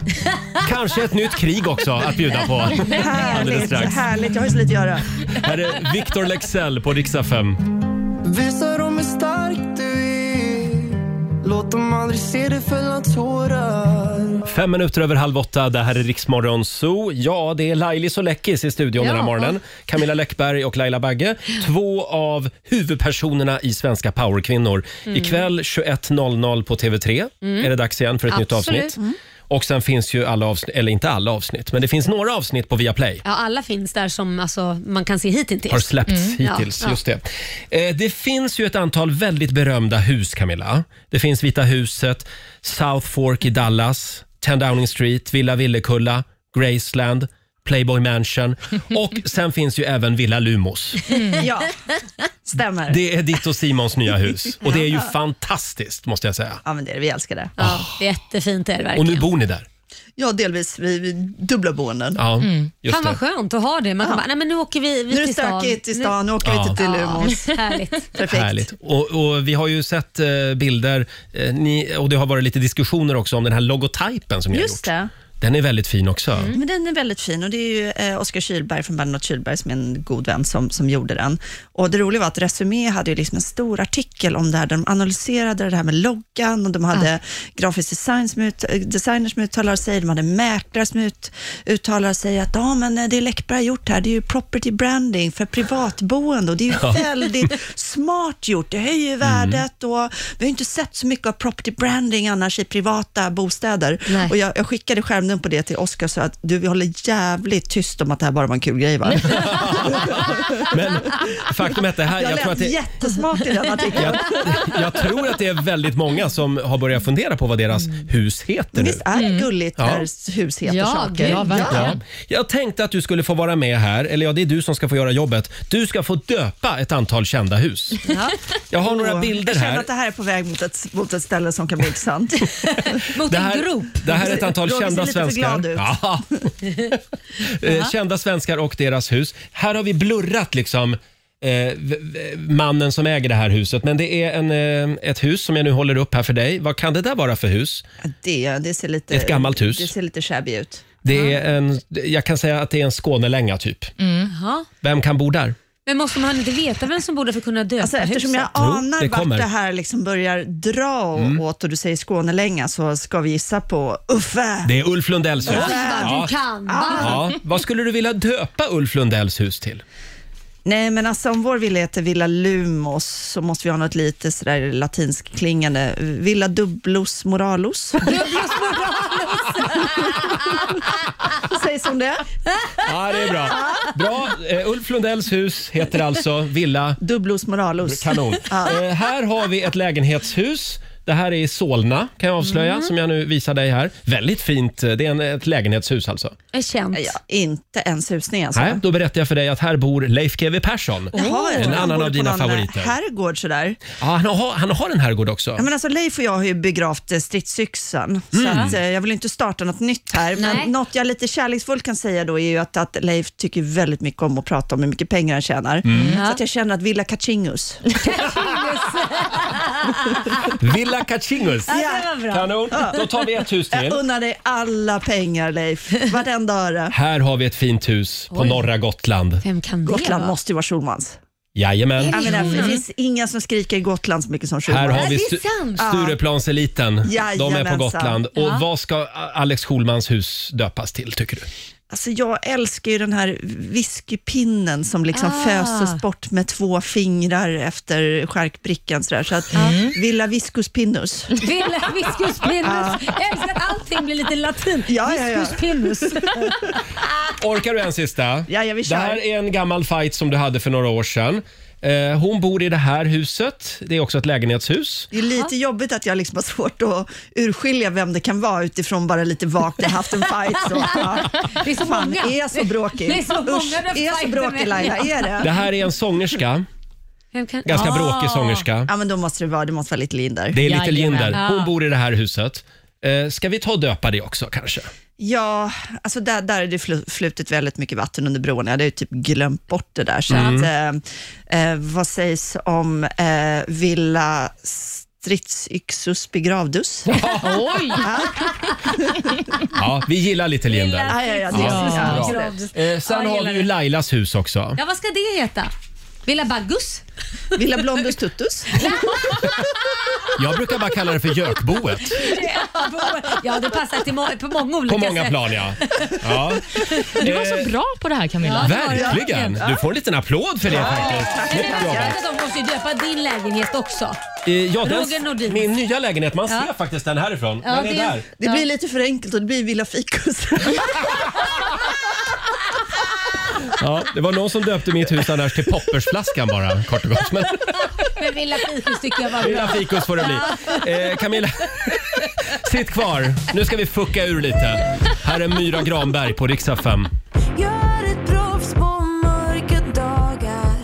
Speaker 1: Kanske ett nytt krig också att bjuda på. Alldeles
Speaker 10: Härligt,
Speaker 1: strax.
Speaker 10: härligt, jag har ju så lite att göra.
Speaker 1: Här är Victor Lexell på riksdag 5.
Speaker 12: Visa dem hur stark du är Låt dem aldrig se dig fälla tårar
Speaker 1: Fem minuter över halv åtta, det här är Riksmorgon Zoo. Ja, det är Lailis och Läckis i studion den här
Speaker 12: Ja. Mm.
Speaker 1: morgonen. Camilla Läckberg och Laila Bagge. Två av huvudpersonerna i Svenska powerkvinnor.
Speaker 12: Mm.
Speaker 1: Ikväll 21.00 på TV3
Speaker 12: Mm.
Speaker 1: är det dags igen för ett nytt
Speaker 2: Absolut.
Speaker 1: avsnitt.
Speaker 2: Mm.
Speaker 1: Och sen finns ju alla avsnitt, eller inte alla avsnitt, men det finns några avsnitt på Viaplay.
Speaker 2: Ja, alla finns där som alltså, man kan se hittills.
Speaker 1: Har släppts
Speaker 2: Mm. Ja,
Speaker 1: hittills,
Speaker 2: ja.
Speaker 1: just det. Eh, det finns ju ett antal väldigt berömda hus, Camilla. Det finns Vita huset, South Fork i Dallas, 10 Downing Street, Villa Villekulla, Graceland, Playboy Mansion och sen finns ju även Villa Lumos.
Speaker 10: Ja, stämmer.
Speaker 1: Det är ditt och Simons nya hus och det är ju fantastiskt måste jag säga.
Speaker 10: Ja, men det är det. Vi älskar det.
Speaker 2: Ja, jättefint är det
Speaker 1: Ah. Och
Speaker 2: verkligen.
Speaker 1: nu bor ni där.
Speaker 10: Ja, delvis. Vi, vi dubbla boenden.
Speaker 1: Ja, just
Speaker 2: Mm. Fan vad
Speaker 1: det.
Speaker 2: skönt att ha det. Man kan bara, nej men nu åker vi, vi
Speaker 10: Nu är det
Speaker 2: till stan.
Speaker 10: stökigt i stan, nu åker
Speaker 1: vi till
Speaker 10: Lumos.
Speaker 2: Ja, härligt.
Speaker 1: Härligt. Och, och vi har ju sett eh, bilder eh, ni, och det har varit lite diskussioner också om den här logotypen som ni har gjort.
Speaker 10: Just det.
Speaker 1: Den är väldigt fin också.
Speaker 2: Mm.
Speaker 10: Men
Speaker 12: Mm.
Speaker 10: den är väldigt fin och det är ju eh, Oskar Kylberg från bandet Kylberg som är en god vän som, som gjorde den. Och det roliga var att Resumé hade ju liksom en stor artikel om det här, där de analyserade det här med loggan och de hade grafisk design som ut, eh, designers som uttalar sig, de hade mäklare som ut, uttalar sig att ja, men eh, det Läckberg har gjort här, det är ju property branding för privatboende och det är ju
Speaker 12: Ja. Mm.
Speaker 10: väldigt smart gjort, det höjer ju värdet och vi har ju inte sett så mycket av property branding annars i privata bostäder.
Speaker 12: Nej.
Speaker 10: Och jag, jag skickade skärmen på det till Oskar så att du vi håller jävligt tyst om att det här bara var en kul grej va?
Speaker 1: Men faktum är att det här...
Speaker 10: jag
Speaker 1: Jag
Speaker 10: lät
Speaker 1: tror att det,
Speaker 10: jättesmart i den artikeln.
Speaker 1: jag, jag tror att det är väldigt många som har börjat fundera på vad deras hus heter nu.
Speaker 10: Mm. Visst är det gulligt
Speaker 1: Mm. Ja.
Speaker 10: när hus heter
Speaker 3: Ja,
Speaker 10: saker?
Speaker 3: gud, ja,
Speaker 1: Ja. Jag tänkte att du skulle få vara med här, eller ja, det är du som ska få göra jobbet. Du ska få döpa ett antal kända hus.
Speaker 10: Ja.
Speaker 1: Jag har några
Speaker 10: Åh,
Speaker 1: bilder
Speaker 10: jag känner
Speaker 1: här.
Speaker 10: att det här är på väg mot ett, mot ett ställe som kan bli intressant.
Speaker 2: mot
Speaker 1: Det här, det här är ett antal kända svenskar. Ja, eh,
Speaker 2: Ja.
Speaker 1: kända svenskar och deras hus. Här har vi blurrat liksom eh, v- v- mannen som äger det här huset. Men det är en, eh, ett hus som jag nu håller upp här för dig. Vad kan det där vara för hus?
Speaker 10: Det, det ser lite...
Speaker 1: Ett gammalt hus.
Speaker 10: Det ser lite shabby ut.
Speaker 1: Det är en, jag kan säga att det är en Skånelänga typ.
Speaker 2: Jaha.
Speaker 1: Vem kan bo där?
Speaker 2: Men måste man inte veta vem som bor där för att kunna döpa
Speaker 10: Alltså, eftersom jag
Speaker 2: huset?
Speaker 10: anar
Speaker 1: det kommer.
Speaker 10: vart det här liksom börjar dra
Speaker 1: Mm.
Speaker 10: åt och du säger Skånelänga så ska vi gissa på Uffe.
Speaker 1: Det är Ulf Lundells hus.
Speaker 10: Oj, vad du kan, va?
Speaker 1: Ja. Vad skulle du vilja döpa Ulf Lundells hus till?
Speaker 10: Nej, men alltså om vår villa heter Villa Lumos så måste vi ha något lite sådär latinskklingande. Villa Dublos Moralos. Säg som det
Speaker 1: Ja, det är bra. bra. Eh, Ulf Lundells hus heter alltså Villa...
Speaker 10: Dublos Moralus.
Speaker 1: Kanon. Eh, här har vi ett lägenhetshus. Det här är i Solna, kan jag avslöja,
Speaker 2: Mm.
Speaker 1: som jag nu visar dig här. Väldigt fint. Det är en, ett lägenhetshus alltså.
Speaker 2: Är känt.
Speaker 10: inte ens husning alltså.
Speaker 1: Nej, då berättar jag för dig att här bor Leif GW Persson.
Speaker 10: Jaha, jag
Speaker 1: en
Speaker 10: tror han
Speaker 1: annan
Speaker 10: bodde
Speaker 1: av
Speaker 10: på
Speaker 1: dina
Speaker 10: någon eh,
Speaker 1: favoriter.
Speaker 10: Herrgård sådär.
Speaker 1: Ja, han, har, han har en herrgård också.
Speaker 10: Ja, men alltså Leif och jag har ju begravt eh, stridsyxan,
Speaker 1: Mm.
Speaker 10: så att, eh, jag vill inte starta något nytt här. Men något jag lite kärleksfullt kan säga då är ju att, att Leif tycker väldigt mycket om att prata om hur mycket pengar han tjänar.
Speaker 1: Mm.
Speaker 10: Så att jag känner att Villa Kachingus.
Speaker 1: Villa Kachingus. Kanon. Då tar vi ett hus till.
Speaker 10: Jag unnar dig alla pengar Leif, vartenda öre.
Speaker 1: Här har vi ett fint hus på
Speaker 10: Oj.
Speaker 1: norra Gotland.
Speaker 2: Vem kan
Speaker 10: Gotland måste ju vara Schulmans.
Speaker 1: Jajamän.
Speaker 10: Jag menar, det finns inga som skriker Gotland så mycket som
Speaker 1: Mm. Här
Speaker 10: Schulmans.
Speaker 1: har vi Stu- Stureplanseliten. De är på
Speaker 10: Jajamensan.
Speaker 1: Gotland. Och
Speaker 10: Ja.
Speaker 1: vad ska Alex Schulmans hus döpas till, tycker du?
Speaker 10: Alltså jag älskar ju den här whiskypinnen som liksom
Speaker 2: Ah.
Speaker 10: föses bort med två fingrar efter charkbrickan. Sådär. Så att,
Speaker 2: Mm.
Speaker 10: Villa Viscus Pinnus.
Speaker 2: Villa Viscus
Speaker 10: Ja.
Speaker 2: Pinnus. Jag älskar att allting blir lite latin.
Speaker 10: Ja, ja, ja.
Speaker 2: Viscus Pinnus.
Speaker 1: Orkar du en sista?
Speaker 10: Ja, ja, vi
Speaker 1: Det
Speaker 10: kör.
Speaker 1: här är en gammal fight som du hade för några år sedan. Eh, Hon bor i det här huset. Det är också ett lägenhetshus.
Speaker 10: Det är lite jobbigt att jag liksom har svårt att urskilja vem det kan vara utifrån bara lite vagt jag haft en fight. Så. Ja.
Speaker 2: Det är så
Speaker 10: Fan,
Speaker 2: många.
Speaker 10: är jag så bråkig?
Speaker 2: Det är så många
Speaker 10: Usch,
Speaker 2: du
Speaker 10: är jag så
Speaker 2: fightar
Speaker 10: bråkig
Speaker 2: med.
Speaker 10: Laila? Är det?
Speaker 1: Det här är en sångerska.
Speaker 2: Vem kan- Ah,
Speaker 1: Ganska bråkig sångerska.
Speaker 10: Ja, men då måste det vara, det måste vara Little Jinder.
Speaker 1: Det är Little Jinder. Hon bor i det här huset. Eh, Ska vi ta och döpa det också kanske?
Speaker 10: Ja, alltså där, där är det flu- flutit väldigt mycket vatten under broarna. Jag hade ju typ glömt bort det där. Så
Speaker 1: Mm.
Speaker 10: att, eh, eh, vad sägs om eh, Villa Stridsyxus begravdus?
Speaker 3: Oj!
Speaker 1: Ja, vi gillar Little Jinder.
Speaker 2: Lilla Fritz. Ja.
Speaker 1: bra.
Speaker 2: Bra.
Speaker 1: Eh, Sen
Speaker 2: Ja,
Speaker 1: har
Speaker 2: gillar
Speaker 1: vi ju Lailas hus också.
Speaker 2: Ja, vad ska det heta? Villa Baggus?
Speaker 10: Villa Blondus Tuttus?
Speaker 1: Jag brukar bara kalla det för gökboet.
Speaker 2: ja, det passar till må- på många olika
Speaker 1: På många
Speaker 2: sätt.
Speaker 1: plan, ja. ja.
Speaker 3: Du var
Speaker 1: Eh,
Speaker 3: så bra på det här Camilla.
Speaker 1: Verkligen! Du får en liten applåd för det faktiskt.
Speaker 2: Nej,
Speaker 1: Snyggt
Speaker 2: men jag
Speaker 1: jobbat.
Speaker 2: vet att de måste ju döpa din lägenhet också.
Speaker 1: Eh, Ja,
Speaker 2: Roger
Speaker 1: den,
Speaker 2: Nordin.
Speaker 1: min nya lägenhet, man
Speaker 2: Ja.
Speaker 1: ser faktiskt den härifrån.
Speaker 2: Ja,
Speaker 1: Den är
Speaker 2: det-
Speaker 1: där.
Speaker 10: Det blir lite för enkelt och det blir Villa Fikus.
Speaker 1: Ja, det var någon som döpte mitt hus annars till Poppersflaskan bara, kort och gott. Men
Speaker 2: Men Villa Fikus tycker jag var bra.
Speaker 1: lilla fikus får det bli. Eh, Camilla, sitt kvar. Nu ska vi fucka ur lite. Här är Myra Granberg på Rix FM.
Speaker 11: Gör ett proffs på mörka dagar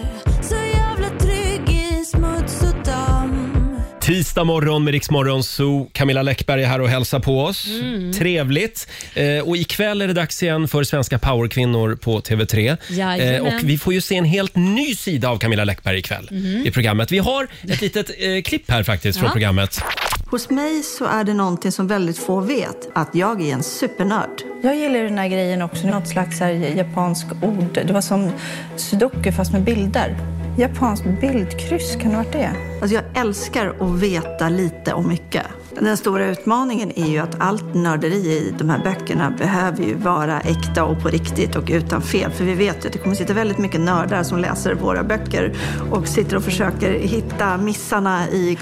Speaker 11: Så jävla trygg i smuts och damm
Speaker 1: Tisdag morgon med Riksmorgon Zoo. Camilla Läckberg är här och hälsar på oss.
Speaker 11: Mm.
Speaker 1: Trevligt. Eh, och ikväll är det dags igen för svenska powerkvinnor på TV3.
Speaker 2: Jajamän.
Speaker 1: Eh, och vi får ju se en helt ny sida av Camilla Läckberg ikväll
Speaker 13: Mm.
Speaker 1: i programmet. Vi har ett litet eh, klipp här faktiskt från
Speaker 13: Ja.
Speaker 1: programmet.
Speaker 13: Hos mig så är det någonting som väldigt få vet, att jag är en supernörd. Jag gillar den här grejen också, något slags här japansk ord. Det var som sudoku fast med bilder. Japansk bildkryss, kan det ha varit det? Alltså jag älskar att veta lite och mycket. Den stora utmaningen är ju att allt nörderi i de här böckerna behöver ju vara äkta och på riktigt och utan fel. För vi vet ju att det kommer sitta väldigt mycket nördar som läser våra böcker och sitter och försöker hitta missarna i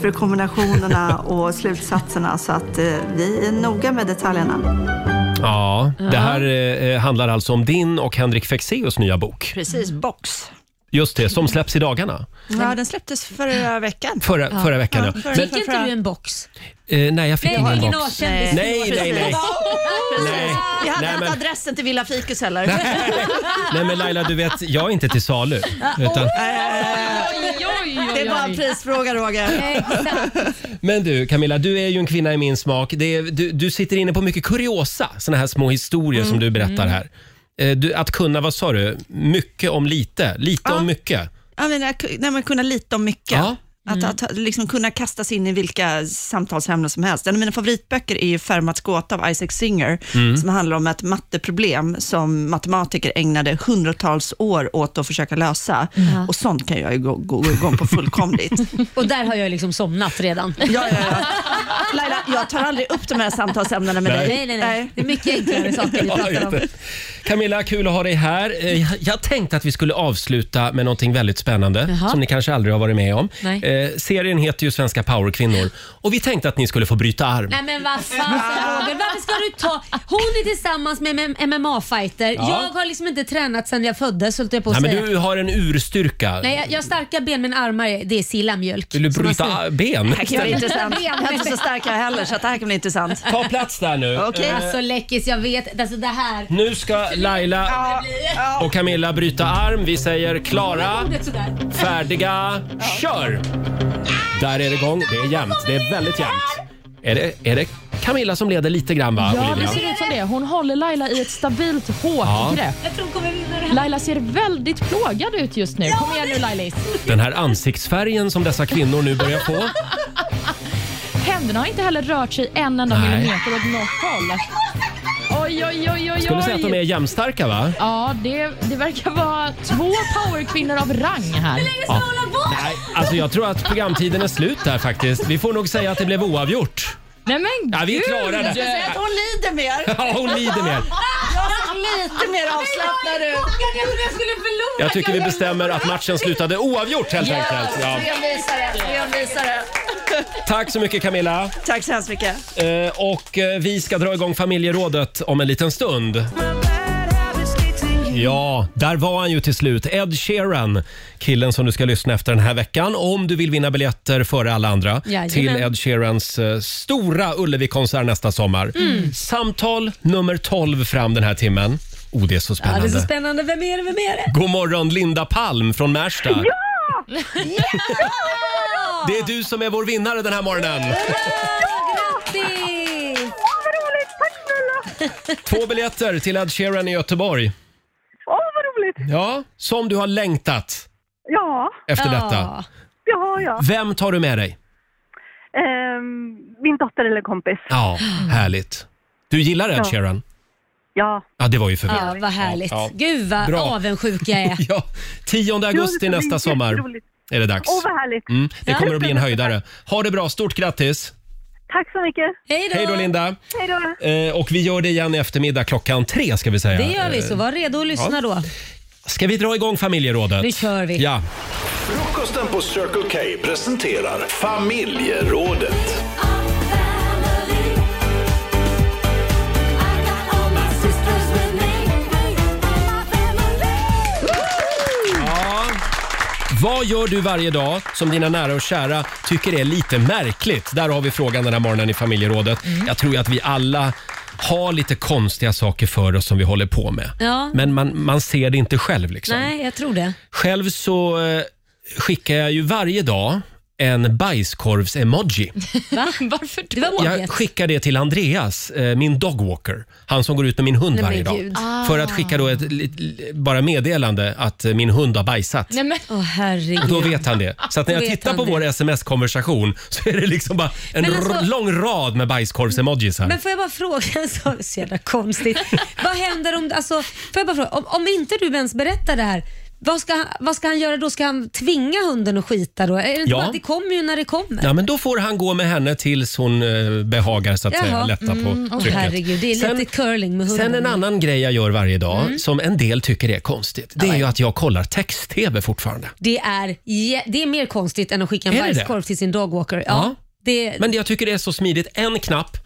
Speaker 13: siffrorkombinationerna och slutsatserna. Så att eh, vi är noga med detaljerna.
Speaker 1: Ja, det här eh, handlar alltså om din och Henrik Fexeus nya bok.
Speaker 10: Precis, box.
Speaker 1: Just det, som släpps i dagarna.
Speaker 10: Ja, den släpptes förra veckan.
Speaker 1: Förra- Ja. förra veckan, ja. Ja, förra-
Speaker 2: Fick inte du en box?
Speaker 1: Eh, nej, jag fick
Speaker 2: Nej,
Speaker 1: ingen
Speaker 2: ingen
Speaker 1: box.
Speaker 2: A-kändis.
Speaker 1: Nej, nej, nej. Nej.
Speaker 10: Vi hade
Speaker 1: Nej,
Speaker 10: inte
Speaker 1: men-
Speaker 10: adressen till Villa Fikus heller.
Speaker 1: Nej men Laila, du vet, jag är inte till salu. Utan,
Speaker 10: Det är bara en prisfråga Roger.
Speaker 1: men du Camilla, du är ju en kvinna i min smak. Det är, du, du sitter inne på mycket kuriosa, såna här små historier
Speaker 2: Mm.
Speaker 1: som du berättar här. Eh, Du, att kunna, vad sa du, mycket om lite, lite om mycket.
Speaker 10: Ja, men, att ku- nej, men kunna lite om mycket. Att, att, liksom kunna kasta sig in i vilka samtalsämnen som helst. En av mina favoritböcker är ju Fermats gåta av Isaac Singer,
Speaker 14: Mm.
Speaker 10: som handlar om ett matteproblem som matematiker ägnade hundratals år åt att försöka lösa.
Speaker 2: Mhm.
Speaker 10: Och sånt kan jag ju gå, gå, gå igång på fullkomligt.
Speaker 2: Och där har jag liksom somnat redan. Ja,
Speaker 10: ja, ja. Laila, jag tar aldrig upp de här samtalsämnena med
Speaker 1: Nej.
Speaker 10: dig.
Speaker 2: Nej, nej, nej. Det är mycket enklare saker vi
Speaker 1: Ja,
Speaker 2: pratar om.
Speaker 1: just det. Camilla, kul att ha dig här. Eh, jag- Jag tänkte att vi skulle avsluta med någonting väldigt spännande
Speaker 2: Jaha.
Speaker 1: som ni kanske aldrig har varit med om.
Speaker 2: Nej.
Speaker 1: Eh, serien heter ju Svenska powerkvinnor och vi tänkte att ni skulle få bryta arm.
Speaker 2: Nej men vad fan Roger, varför ska du ta... Hon är tillsammans med en MMA-fighter.
Speaker 1: Ja.
Speaker 2: Jag har liksom inte tränat sedan jag föddes höll jag på att
Speaker 1: Nej, men
Speaker 2: säga.
Speaker 1: du har en urstyrka.
Speaker 2: Nej, jag, jag har starka ben, men armar är- det är sillamjölk.
Speaker 1: Vill du
Speaker 2: som man
Speaker 1: bryta
Speaker 2: säger.
Speaker 1: a- ben?
Speaker 10: Det här kan bli intressant.
Speaker 2: Ben.
Speaker 10: Jag är inte så stark jag heller, så att det här kan bli intressant.
Speaker 1: Ta plats där nu.
Speaker 10: Okej.
Speaker 1: Eh,
Speaker 2: Alltså läckis, jag vet. Alltså det här.
Speaker 1: Nu ska Laila och Camilla bryta arm. Vi säger klara,
Speaker 2: Ordet sådär.
Speaker 1: färdiga, kör! Där är det igång. Det är jämnt. Det är väldigt jämnt. Är det, är det Camilla som leder lite grann va,
Speaker 3: Ja, det
Speaker 1: Olivia?
Speaker 3: ser ut som det. Hon håller Laila i ett stabilt, hårt
Speaker 1: Ja.
Speaker 3: grepp.
Speaker 2: Jag tror hon kommer vinna det här.
Speaker 3: Laila ser väldigt plågad ut just nu. Kom igen nu Lailis.
Speaker 1: Den här ansiktsfärgen som dessa kvinnor nu börjar få.
Speaker 3: Händerna har inte heller rört sig en enda
Speaker 1: Nej.
Speaker 3: millimeter åt något håll. Oj, oj, oj, oj,
Speaker 1: Skulle säga att de är
Speaker 3: oj.
Speaker 1: jämnstarka va?
Speaker 3: Ja, det, det verkar vara två powerkvinnor av rang här.
Speaker 1: Ja. Nej, alltså jag tror att programtiden är slut där faktiskt. Vi får nog säga att det blev oavgjort.
Speaker 3: Nej men
Speaker 1: Ja, vi är
Speaker 3: gud!
Speaker 1: klara där.
Speaker 10: Jag säger att hon lider mer.
Speaker 1: Ja, hon lider mer.
Speaker 10: Jag såg lite mer avslappnad ut.
Speaker 2: Jag trodde jag skulle förlora.
Speaker 1: Jag tycker vi bestämmer att matchen slutade oavgjort helt enkelt. Ja.
Speaker 10: Renvisare.
Speaker 1: Tack så mycket Camilla.
Speaker 10: Tack så hemskt mycket.
Speaker 1: Eh, Och eh, vi ska dra igång familjerådet om en liten stund. Ja, där var han ju till slut. Ed Sheeran, killen som du ska lyssna efter den här veckan om du vill vinna biljetter före alla andra
Speaker 5: Jajamän.
Speaker 1: till Ed Sheerans eh, stora Ullevi-konsert nästa sommar.
Speaker 2: Mm.
Speaker 1: Samtal nummer 12 fram den här timmen. Oh, det är så
Speaker 2: Ja,
Speaker 1: spännande.
Speaker 2: det är så spännande. Vem är det? Vem är det?
Speaker 1: God morgon Linda Palm från Märsta.
Speaker 2: Ja!
Speaker 1: Det är du som är vår vinnare den här morgonen.
Speaker 2: Grattis!
Speaker 1: Två biljetter till Ed Sheeran i Göteborg.
Speaker 15: Åh, vad roligt!
Speaker 1: Ja, som du har längtat
Speaker 15: Ja.
Speaker 1: efter detta.
Speaker 15: Ja, ja.
Speaker 1: Vem tar du med dig?
Speaker 15: Ehm, min dotter eller kompis.
Speaker 1: Ja, härligt. Du gillar Ed
Speaker 15: Ja.
Speaker 1: Sheeran?
Speaker 15: Ja.
Speaker 1: Ja, det var ju förvirrat.
Speaker 2: Ja, vad härligt.
Speaker 1: Ja.
Speaker 2: Gud vad
Speaker 1: Bra.
Speaker 2: avundsjuk jag är.
Speaker 1: Ja, 10 augusti
Speaker 2: Ja, det ska
Speaker 1: nästa
Speaker 2: bli
Speaker 1: sommar
Speaker 2: jätteroligt.
Speaker 1: är det dags.
Speaker 2: Åh, vad härligt.
Speaker 1: Mm, det
Speaker 2: Ja.
Speaker 1: kommer att bli en höjdare. Ha det bra, stort grattis!
Speaker 15: Tack så mycket.
Speaker 2: Hej då!
Speaker 1: Hej då Linda!
Speaker 15: Hej då.
Speaker 1: Eh, och vi gör det igen i eftermiddag klockan tre ska vi säga.
Speaker 2: Det gör vi, så
Speaker 1: Eh,
Speaker 2: var redo att lyssna
Speaker 1: ja.
Speaker 2: då.
Speaker 1: Ska vi dra igång familjerådet?
Speaker 2: Nu kör vi.
Speaker 1: Ja.
Speaker 5: Frukosten på Circle K presenterar familjerådet.
Speaker 1: ja. Vad gör du varje dag som dina nära och kära tycker är lite märkligt? Där har vi frågan den här morgonen i familjerådet.
Speaker 2: Mm.
Speaker 1: Jag tror ju att vi alla har lite konstiga saker för oss som vi håller på med.
Speaker 2: Ja.
Speaker 1: Men man, man ser det inte själv. Liksom.
Speaker 2: Nej, jag tror det.
Speaker 1: Själv så eh, skickar jag ju varje dag en bajskorvs-emoji.
Speaker 2: Va? Varför då? Det var
Speaker 1: Jag
Speaker 2: våget.
Speaker 1: skickar det till Andreas, eh, min dogwalker. Han som går ut med min hund
Speaker 2: Nej,
Speaker 1: varje
Speaker 2: men
Speaker 1: dag.
Speaker 2: Gud. Ah.
Speaker 1: För att skicka då ett lit- li- bara meddelande att eh, min hund har bajsat.
Speaker 2: Nej men. Åh herregud.
Speaker 1: Då vet han det. Så att när
Speaker 2: Då
Speaker 1: jag
Speaker 2: vet
Speaker 1: tittar
Speaker 2: han
Speaker 1: på
Speaker 2: det.
Speaker 1: vår sms-konversation så är det liksom bara en
Speaker 2: Men alltså-
Speaker 1: r- lång rad med bajskorvs-emojis här.
Speaker 2: Men får jag bara fråga en sak? Så jävla konstigt. vad händer om... Alltså, får jag bara fråga, om, om inte du ens berättar det här, vad ska, han, vad ska han göra då? Ska han tvinga hunden att skita då? Är det inte
Speaker 1: Ja.
Speaker 2: bara att det kommer ju när det kommer?
Speaker 1: Ja, men då får han gå med henne tills hon eh, behagar så att säga,
Speaker 2: Jaha.
Speaker 1: lätta
Speaker 2: Mm,
Speaker 1: på
Speaker 2: åh,
Speaker 1: trycket.
Speaker 2: herregud, det är lite curling med hunden.
Speaker 1: Sen en annan grej jag gör varje dag
Speaker 2: Mm.
Speaker 1: som en del tycker är konstigt. Det är ju att jag kollar text-tv fortfarande.
Speaker 2: Det är, jä- det är mer konstigt än att skicka en
Speaker 1: Är det det?
Speaker 2: bajskorv till sin dogwalker. Ja,
Speaker 1: Ja.
Speaker 2: Det,
Speaker 1: Men jag tycker det är så smidigt. En knapp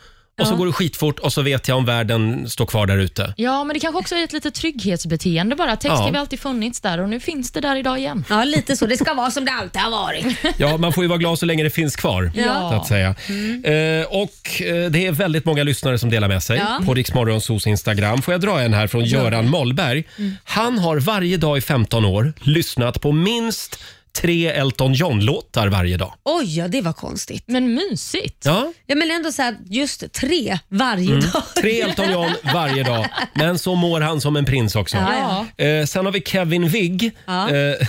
Speaker 1: och så
Speaker 3: Ja.
Speaker 1: går det skitfort och så vet jag om världen står kvar där ute.
Speaker 3: Ja, men det kanske också är ett litet trygghetsbeteende bara. Text
Speaker 1: Ja.
Speaker 3: har alltid funnits där och nu finns det där idag igen.
Speaker 2: Ja, lite så. Det ska vara som det alltid har varit.
Speaker 1: Ja, man får ju vara glad så länge det finns kvar.
Speaker 2: Ja.
Speaker 1: Så att säga. Eh, och eh, Det är väldigt många lyssnare som delar med sig
Speaker 5: Ja.
Speaker 1: på Riksmorgonsos Instagram. Får jag dra en här från Göran Mollberg? Han har varje dag i 15 år lyssnat på minst tre Elton John-låtar varje dag.
Speaker 2: Oj, ja, det var konstigt.
Speaker 3: Men mysigt.
Speaker 1: Ja.
Speaker 2: Ja, men ändå så här, just tre varje
Speaker 1: Mm.
Speaker 2: dag.
Speaker 1: Tre Elton John varje dag. Men så mår han som en prins också.
Speaker 2: Ja,
Speaker 1: Eh, sen har vi Kevin Wigg.
Speaker 2: Ja.
Speaker 1: Eh,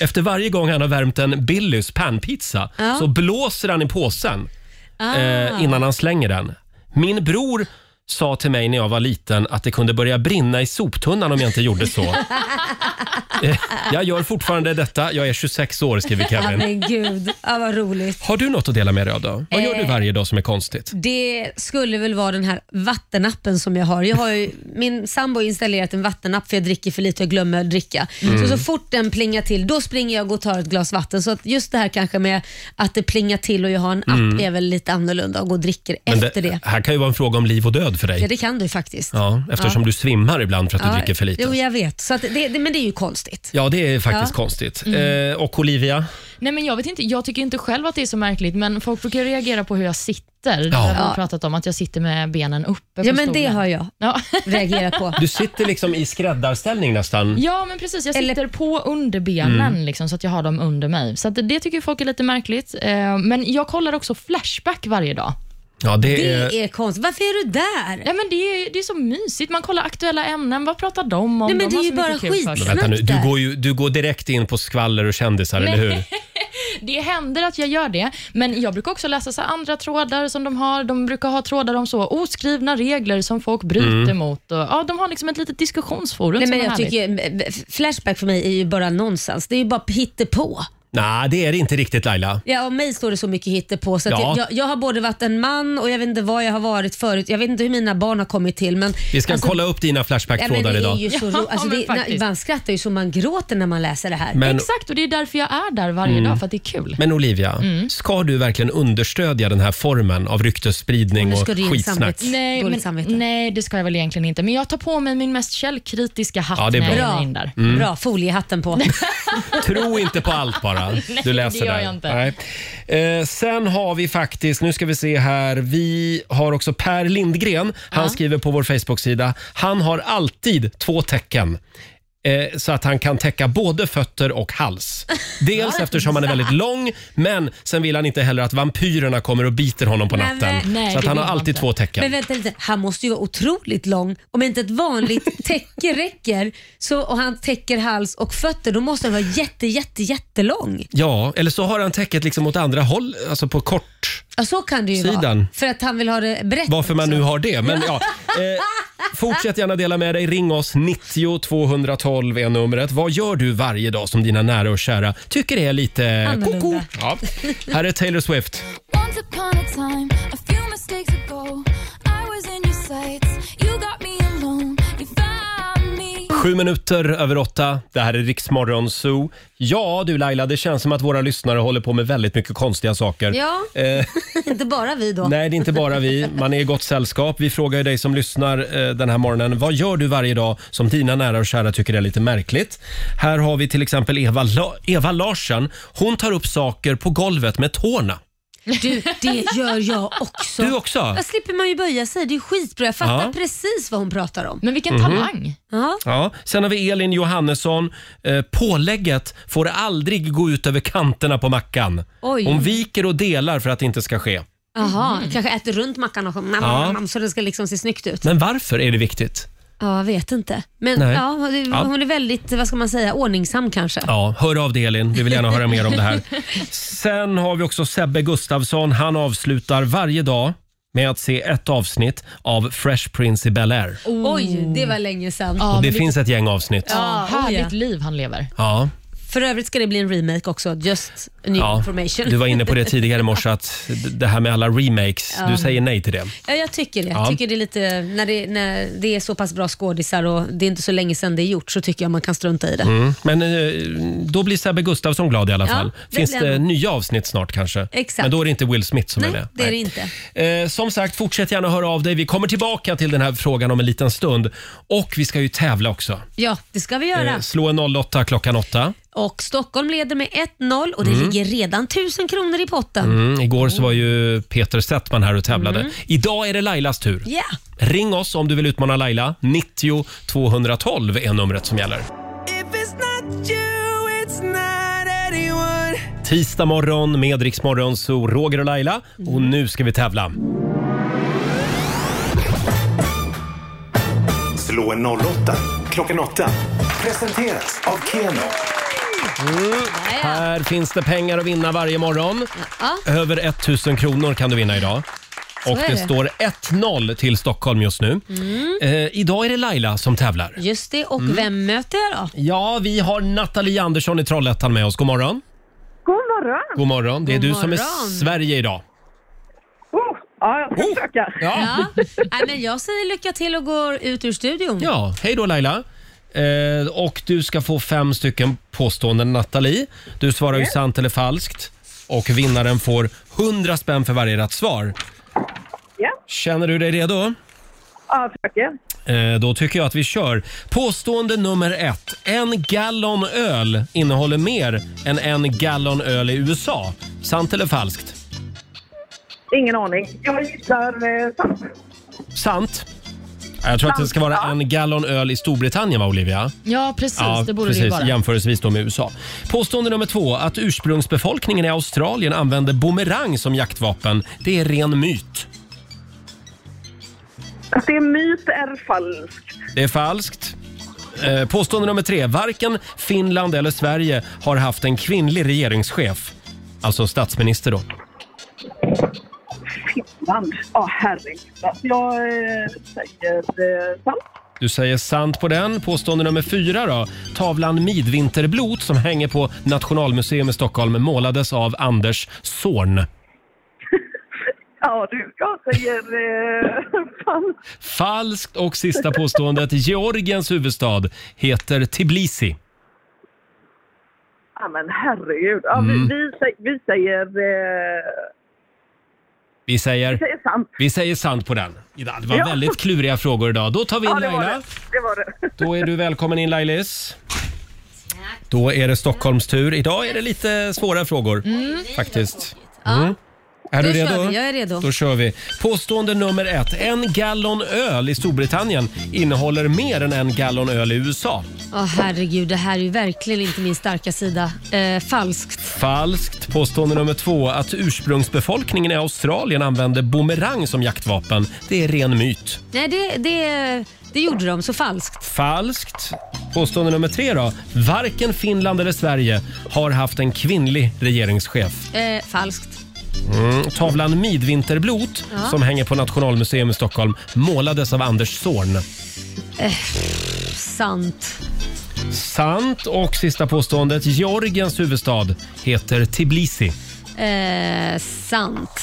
Speaker 1: Efter varje gång han har värmt en Billys panpizza
Speaker 2: Ja. Ah.
Speaker 1: så blåser han i påsen eh, innan han slänger den. Min bror sa till mig när jag var liten att det kunde börja brinna i soptunnan om jag inte gjorde så. Eh, jag gör fortfarande detta. Jag är 26 år, skriver
Speaker 2: Ja,
Speaker 1: Kevin.
Speaker 2: men gud, ja, vad roligt.
Speaker 1: Har du något att dela med dig av då? Vad gör du
Speaker 2: Eh.
Speaker 1: varje dag som är konstigt?
Speaker 2: Det skulle väl vara den här vattenappen som jag har. Jag har ju, min sambo har installerat en vattenapp för jag dricker för lite och glömmer att dricka.
Speaker 14: Mm.
Speaker 2: Så, så fort den plingar till, då springer jag och tar ett glas vatten. Så att just det här kanske med att det plingar till och jag har en app
Speaker 1: Mm.
Speaker 2: är väl lite annorlunda och går och dricker
Speaker 1: Men
Speaker 2: efter det.
Speaker 1: Här kan ju vara en fråga om liv och död för dig.
Speaker 2: Ja, det kan du ju faktiskt.
Speaker 1: Ja, eftersom
Speaker 2: Ja.
Speaker 1: du svimmar ibland för att du
Speaker 2: Ja,
Speaker 1: dricker för lite.
Speaker 2: Jo, jag vet. Så att det, det, men det är ju konstigt.
Speaker 1: Ja, det är faktiskt
Speaker 2: Ja.
Speaker 1: konstigt.
Speaker 3: Mm.
Speaker 1: Eh, och Olivia?
Speaker 3: Nej, men jag, vet inte, jag tycker inte själv att det är så märkligt, men folk brukar reagera på hur jag sitter. Det
Speaker 1: Ja.
Speaker 3: har vi
Speaker 1: Ja.
Speaker 3: pratat om, att jag sitter med benen uppe på
Speaker 2: Ja, men det
Speaker 3: stolen.
Speaker 2: har jag
Speaker 3: ja.
Speaker 2: reagerat på.
Speaker 1: Du sitter liksom i skräddarställning nästan.
Speaker 3: Ja, men precis. Jag sitter på underbenen
Speaker 1: Mm.
Speaker 3: liksom, så att jag har dem under mig. Så att det tycker folk är lite märkligt. Eh, Men jag kollar också Flashback varje dag.
Speaker 1: Ja, det, är...
Speaker 2: är konstigt. Varför är du där?
Speaker 3: Ja, men det, är, det är så mysigt. Man kollar aktuella ämnen. Vad pratar de om?
Speaker 2: Nej, men
Speaker 3: de
Speaker 2: det
Speaker 3: har
Speaker 2: är ju
Speaker 3: så mycket
Speaker 2: bara
Speaker 3: kul för sig.
Speaker 1: Men vänta nu, du går, ju, du går direkt in på skvaller och kändisar, eller hur?
Speaker 3: Nej, Det händer att jag gör det, men jag brukar också läsa så här andra trådar som de har. De brukar ha trådar om så oskrivna regler som folk bryter
Speaker 2: Mm.
Speaker 3: mot. Och, ja, de har liksom ett litet diskussionsforum
Speaker 2: Nej,
Speaker 3: som
Speaker 2: men jag
Speaker 3: är härligt.
Speaker 2: tycker, eh, flashback för mig är ju bara nonsens. Det är ju bara hittepå.
Speaker 1: Nej, det är det inte riktigt Laila.
Speaker 2: Ja, om mig står det så mycket hittepå. Så att
Speaker 1: Ja.
Speaker 2: jag, jag, jag har både varit en man och jag vet inte vad jag har varit förut. Jag vet inte hur mina barn har kommit till. Men,
Speaker 1: Vi ska
Speaker 2: alltså,
Speaker 1: kolla upp dina
Speaker 2: ja, men
Speaker 1: Flashback-trådar
Speaker 2: det är
Speaker 1: idag.
Speaker 2: ju så ro, alltså, det, när, Man skrattar ju så man gråter när man läser det här.
Speaker 1: Men-
Speaker 3: Exakt, och det är därför jag är där varje
Speaker 1: Mm.
Speaker 3: dag, för att det är kul.
Speaker 1: Men Olivia,
Speaker 3: Mm.
Speaker 1: ska du verkligen understödja den här formen av ryktesspridning och skitsnack?
Speaker 3: Nej, men, nej, det ska jag väl egentligen inte. Men jag tar på mig min mest källkritiska hatt
Speaker 1: Ja, det är
Speaker 3: när
Speaker 1: bra.
Speaker 3: jag är in där.
Speaker 1: Mm. Bra,
Speaker 2: foliehatten på.
Speaker 1: Tro inte på allt bara.
Speaker 3: Nej,
Speaker 1: Du läser
Speaker 3: det gör
Speaker 1: där.
Speaker 3: jag inte.
Speaker 1: Nej. Eh, sen har vi faktiskt, nu ska vi se här, vi har också Per Lindgren. Han skriver på vår Facebook-sida. Han har alltid två tecken. Eh, så att han kan täcka både fötter och hals. Dels eftersom han är väldigt lång, men sen vill han inte heller att vampyrerna kommer och biter honom på natten.
Speaker 2: Nej, nej,
Speaker 1: så att
Speaker 2: det
Speaker 1: han
Speaker 2: vill
Speaker 1: har
Speaker 2: man
Speaker 1: alltid
Speaker 2: inte.
Speaker 1: två tecken.
Speaker 2: Men vänta lite, han måste ju vara otroligt lång. Om inte ett vanligt täcke räcker så, och han täcker hals och fötter, då måste han vara jätte, jätte, jättelång.
Speaker 1: Ja, eller så har han täcket liksom åt andra håll, alltså på kort.
Speaker 2: Ja, så kan det ju
Speaker 1: Sidan.
Speaker 2: vara. För att han vill ha det brett.
Speaker 1: Varför man
Speaker 2: också.
Speaker 1: nu har det, men ja. Eh, fortsätt gärna dela med dig. Ring oss, 90 212 är numret. Vad gör du varje dag som dina nära och kära tycker är lite
Speaker 11: Annorlunda.
Speaker 1: koko? Ja. Här är Taylor Swift.
Speaker 11: Once upon a time, a few mistakes ago, I was in your sights. You got me alone. You found me.
Speaker 1: Sju minuter över åtta. Det här är Riksmorgon Zoo. Ja du Laila, det känns som att våra lyssnare håller på med väldigt mycket konstiga saker.
Speaker 2: Ja.
Speaker 1: Eh,
Speaker 2: inte bara vi då.
Speaker 1: Nej, det är inte bara vi. Man är i gott sällskap. Vi frågar ju dig som lyssnar eh, den här morgonen. Vad gör du varje dag som dina nära och kära tycker är lite märkligt? Här har vi till exempel Eva, La- Eva Larsen. Hon tar upp saker på golvet med tårna.
Speaker 2: Du, det gör jag också.
Speaker 1: Du också?
Speaker 2: Då slipper man ju böja sig. Det är skitbra. Jag fattar
Speaker 1: Ja.
Speaker 2: precis vad hon pratar om.
Speaker 3: Men vilken
Speaker 1: Mhm. talang.
Speaker 2: Ja.
Speaker 1: Ja. Sen har vi Elin Johannesson. Eh, pålägget får aldrig gå ut över kanterna på mackan.
Speaker 2: Oj.
Speaker 1: Hon viker och delar för att det inte ska ske.
Speaker 2: Jaha, kanske äter runt mackan och så,
Speaker 1: Ja.
Speaker 2: så den ska liksom se snyggt ut.
Speaker 1: Men varför är det viktigt?
Speaker 2: Ja, jag vet inte. Men
Speaker 1: Nej.
Speaker 2: ja, hon är-
Speaker 1: Ja.
Speaker 2: hon är väldigt, vad ska man säga, ordningsam kanske.
Speaker 1: Ja, hör av dig Elin. Vi vill gärna höra mer om det här. Sen har vi också Sebbe Gustafsson. Han avslutar varje dag med att se ett avsnitt av Fresh Prince i Bel-Air.
Speaker 2: Oj, det var länge sedan.
Speaker 1: Och det finns ett gäng avsnitt.
Speaker 2: Ja,
Speaker 3: Härligt
Speaker 2: ja.
Speaker 3: liv han lever.
Speaker 1: Ja.
Speaker 2: För övrigt ska det bli en remake också, just a new
Speaker 1: ja.
Speaker 2: information.
Speaker 1: Du var inne på det tidigare i morse, att d- det här med alla remakes.
Speaker 2: Ja.
Speaker 1: Du säger nej till det.
Speaker 2: Ja, jag tycker det.
Speaker 1: Ja.
Speaker 2: Jag tycker det är lite, när, det, när det är så pass bra skådisar och det är inte så länge sedan det är gjort så tycker jag man kan strunta i det.
Speaker 1: Mm. Men eh, då blir Sebbe Gustafsson glad i alla
Speaker 2: Ja,
Speaker 1: fall.
Speaker 2: det
Speaker 1: Finns
Speaker 2: blir
Speaker 1: det
Speaker 2: han.
Speaker 1: nya avsnitt snart kanske?
Speaker 2: Exakt.
Speaker 1: Men då är det inte Will Smith som är med.
Speaker 2: Det är det inte.
Speaker 1: Eh, som sagt, fortsätt gärna höra av dig. Vi kommer tillbaka till den här frågan om en liten stund. Och vi ska ju tävla också.
Speaker 2: Ja, det ska vi göra.
Speaker 1: Eh, slå en 08 klockan 8.
Speaker 2: Och Stockholm leder med 1-0 och det
Speaker 1: Mm.
Speaker 2: ligger redan 1000 kronor i potten.
Speaker 1: Mm, igår så var ju Peter Settman här och tävlade.
Speaker 2: Mm.
Speaker 1: Idag är det Lailas tur.
Speaker 2: Ja.
Speaker 1: Ring oss om du vill utmana Laila. 90 212 är numret som gäller.
Speaker 4: If it's not you, it's not anyone.
Speaker 1: Tisdag morgon med Rix Morgon, så Roger och Laila. Och nu ska vi tävla.
Speaker 5: Slå en 08 klockan 8. Presenteras av Keno.
Speaker 1: Här finns det pengar att vinna varje morgon. Över 1000 kronor kan du vinna idag.
Speaker 2: Så
Speaker 1: Och
Speaker 2: är
Speaker 1: det,
Speaker 2: det.
Speaker 1: står 1-0 till Stockholm just nu.
Speaker 2: Mm.
Speaker 1: Eh, idag är det Laila som tävlar.
Speaker 2: Just det, och
Speaker 1: Mm.
Speaker 2: vem möter jag då?
Speaker 1: Ja, vi har Nathalie Andersson i Trollhättan med oss. God morgon.
Speaker 15: God morgon!
Speaker 1: God morgon. Det är
Speaker 2: God
Speaker 1: du som är
Speaker 2: morgon.
Speaker 1: Sverige idag.
Speaker 15: Oh, ja, jag ska försöka.
Speaker 1: Ja.
Speaker 2: Nej, men jag säger lycka till och går ut ur studion.
Speaker 1: Ja, hej då Laila. Eh, och du ska få fem stycken påståenden Nathalie. Du svarar ju
Speaker 2: Mm.
Speaker 1: sant eller falskt och vinnaren får 100 spänn för varje rätt svar.
Speaker 15: Ja.
Speaker 1: Känner du dig redo?
Speaker 15: Ja, jag försöker.
Speaker 1: Eh, då tycker jag att vi kör. Påstående nummer ett. En gallon öl innehåller mer än en gallon öl i USA. Sant eller falskt?
Speaker 15: Ingen aning. Jag gissar eh, sant.
Speaker 1: Sant. Jag tror att det ska vara en gallon öl i Storbritannien, va Olivia?
Speaker 3: Ja, precis. det borde det ju
Speaker 1: precis.
Speaker 3: vara.
Speaker 1: Jämförelsevis då med USA. Påstående nummer två, att ursprungsbefolkningen i Australien använder bumerang som jaktvapen, det är ren myt.
Speaker 15: Att det är myt är falskt.
Speaker 1: Det är falskt. Eh, Påstående nummer tre, varken Finland eller Sverige har haft en kvinnlig regeringschef. Alltså statsminister då.
Speaker 15: Finland. Ja, herregud. Jag eh, säger eh, sant.
Speaker 1: Du säger sant på den. Påstående nummer fyra då. Tavlan Midvinterblot som hänger på Nationalmuseum i Stockholm målades av Anders Zorn.
Speaker 15: Ja, du. Jag säger eh, falskt.
Speaker 1: Falskt och sista påståendet. Georgiens huvudstad heter Tbilisi.
Speaker 15: Ja, men herregud. Ja, vi,
Speaker 1: Mm.
Speaker 15: vi, sä- vi säger... Eh,
Speaker 1: Vi
Speaker 15: vi
Speaker 1: säger,
Speaker 15: säger sant.
Speaker 1: vi säger sant på den. Det var
Speaker 15: Ja.
Speaker 1: väldigt kluriga frågor idag. Då tar vi in
Speaker 15: Ja, det var
Speaker 1: Laila.
Speaker 15: det. det, var det.
Speaker 1: Då är du välkommen in Lailis. Då är det Stockholms tur. Idag är det lite svåra frågor
Speaker 2: Mm.
Speaker 1: faktiskt. Mm. Är
Speaker 2: Då
Speaker 1: du
Speaker 2: kör
Speaker 1: redo?
Speaker 2: vi. Jag är redo.
Speaker 1: Då kör vi. Påstående nummer ett. En gallon öl i Storbritannien innehåller mer än en gallon öl i USA.
Speaker 2: Åh herregud, det här är ju verkligen inte min starka sida. Eh, falskt.
Speaker 1: Falskt. Påstående nummer två. Att ursprungsbefolkningen i Australien använde bumerang som jaktvapen. Det är ren myt.
Speaker 2: Nej, det, det, det gjorde de, så falskt.
Speaker 1: Falskt. Påstående nummer tre då. Varken Finland eller Sverige har haft en kvinnlig regeringschef.
Speaker 2: Eh, falskt.
Speaker 1: Mm. Tavlan Midvinterblot
Speaker 2: Ja.
Speaker 1: som hänger på Nationalmuseum i Stockholm målades av Anders Zorn.
Speaker 2: Eh, sant.
Speaker 1: Sant. Och sista påståendet. Georgiens huvudstad heter Tbilisi.
Speaker 2: Eh, sant.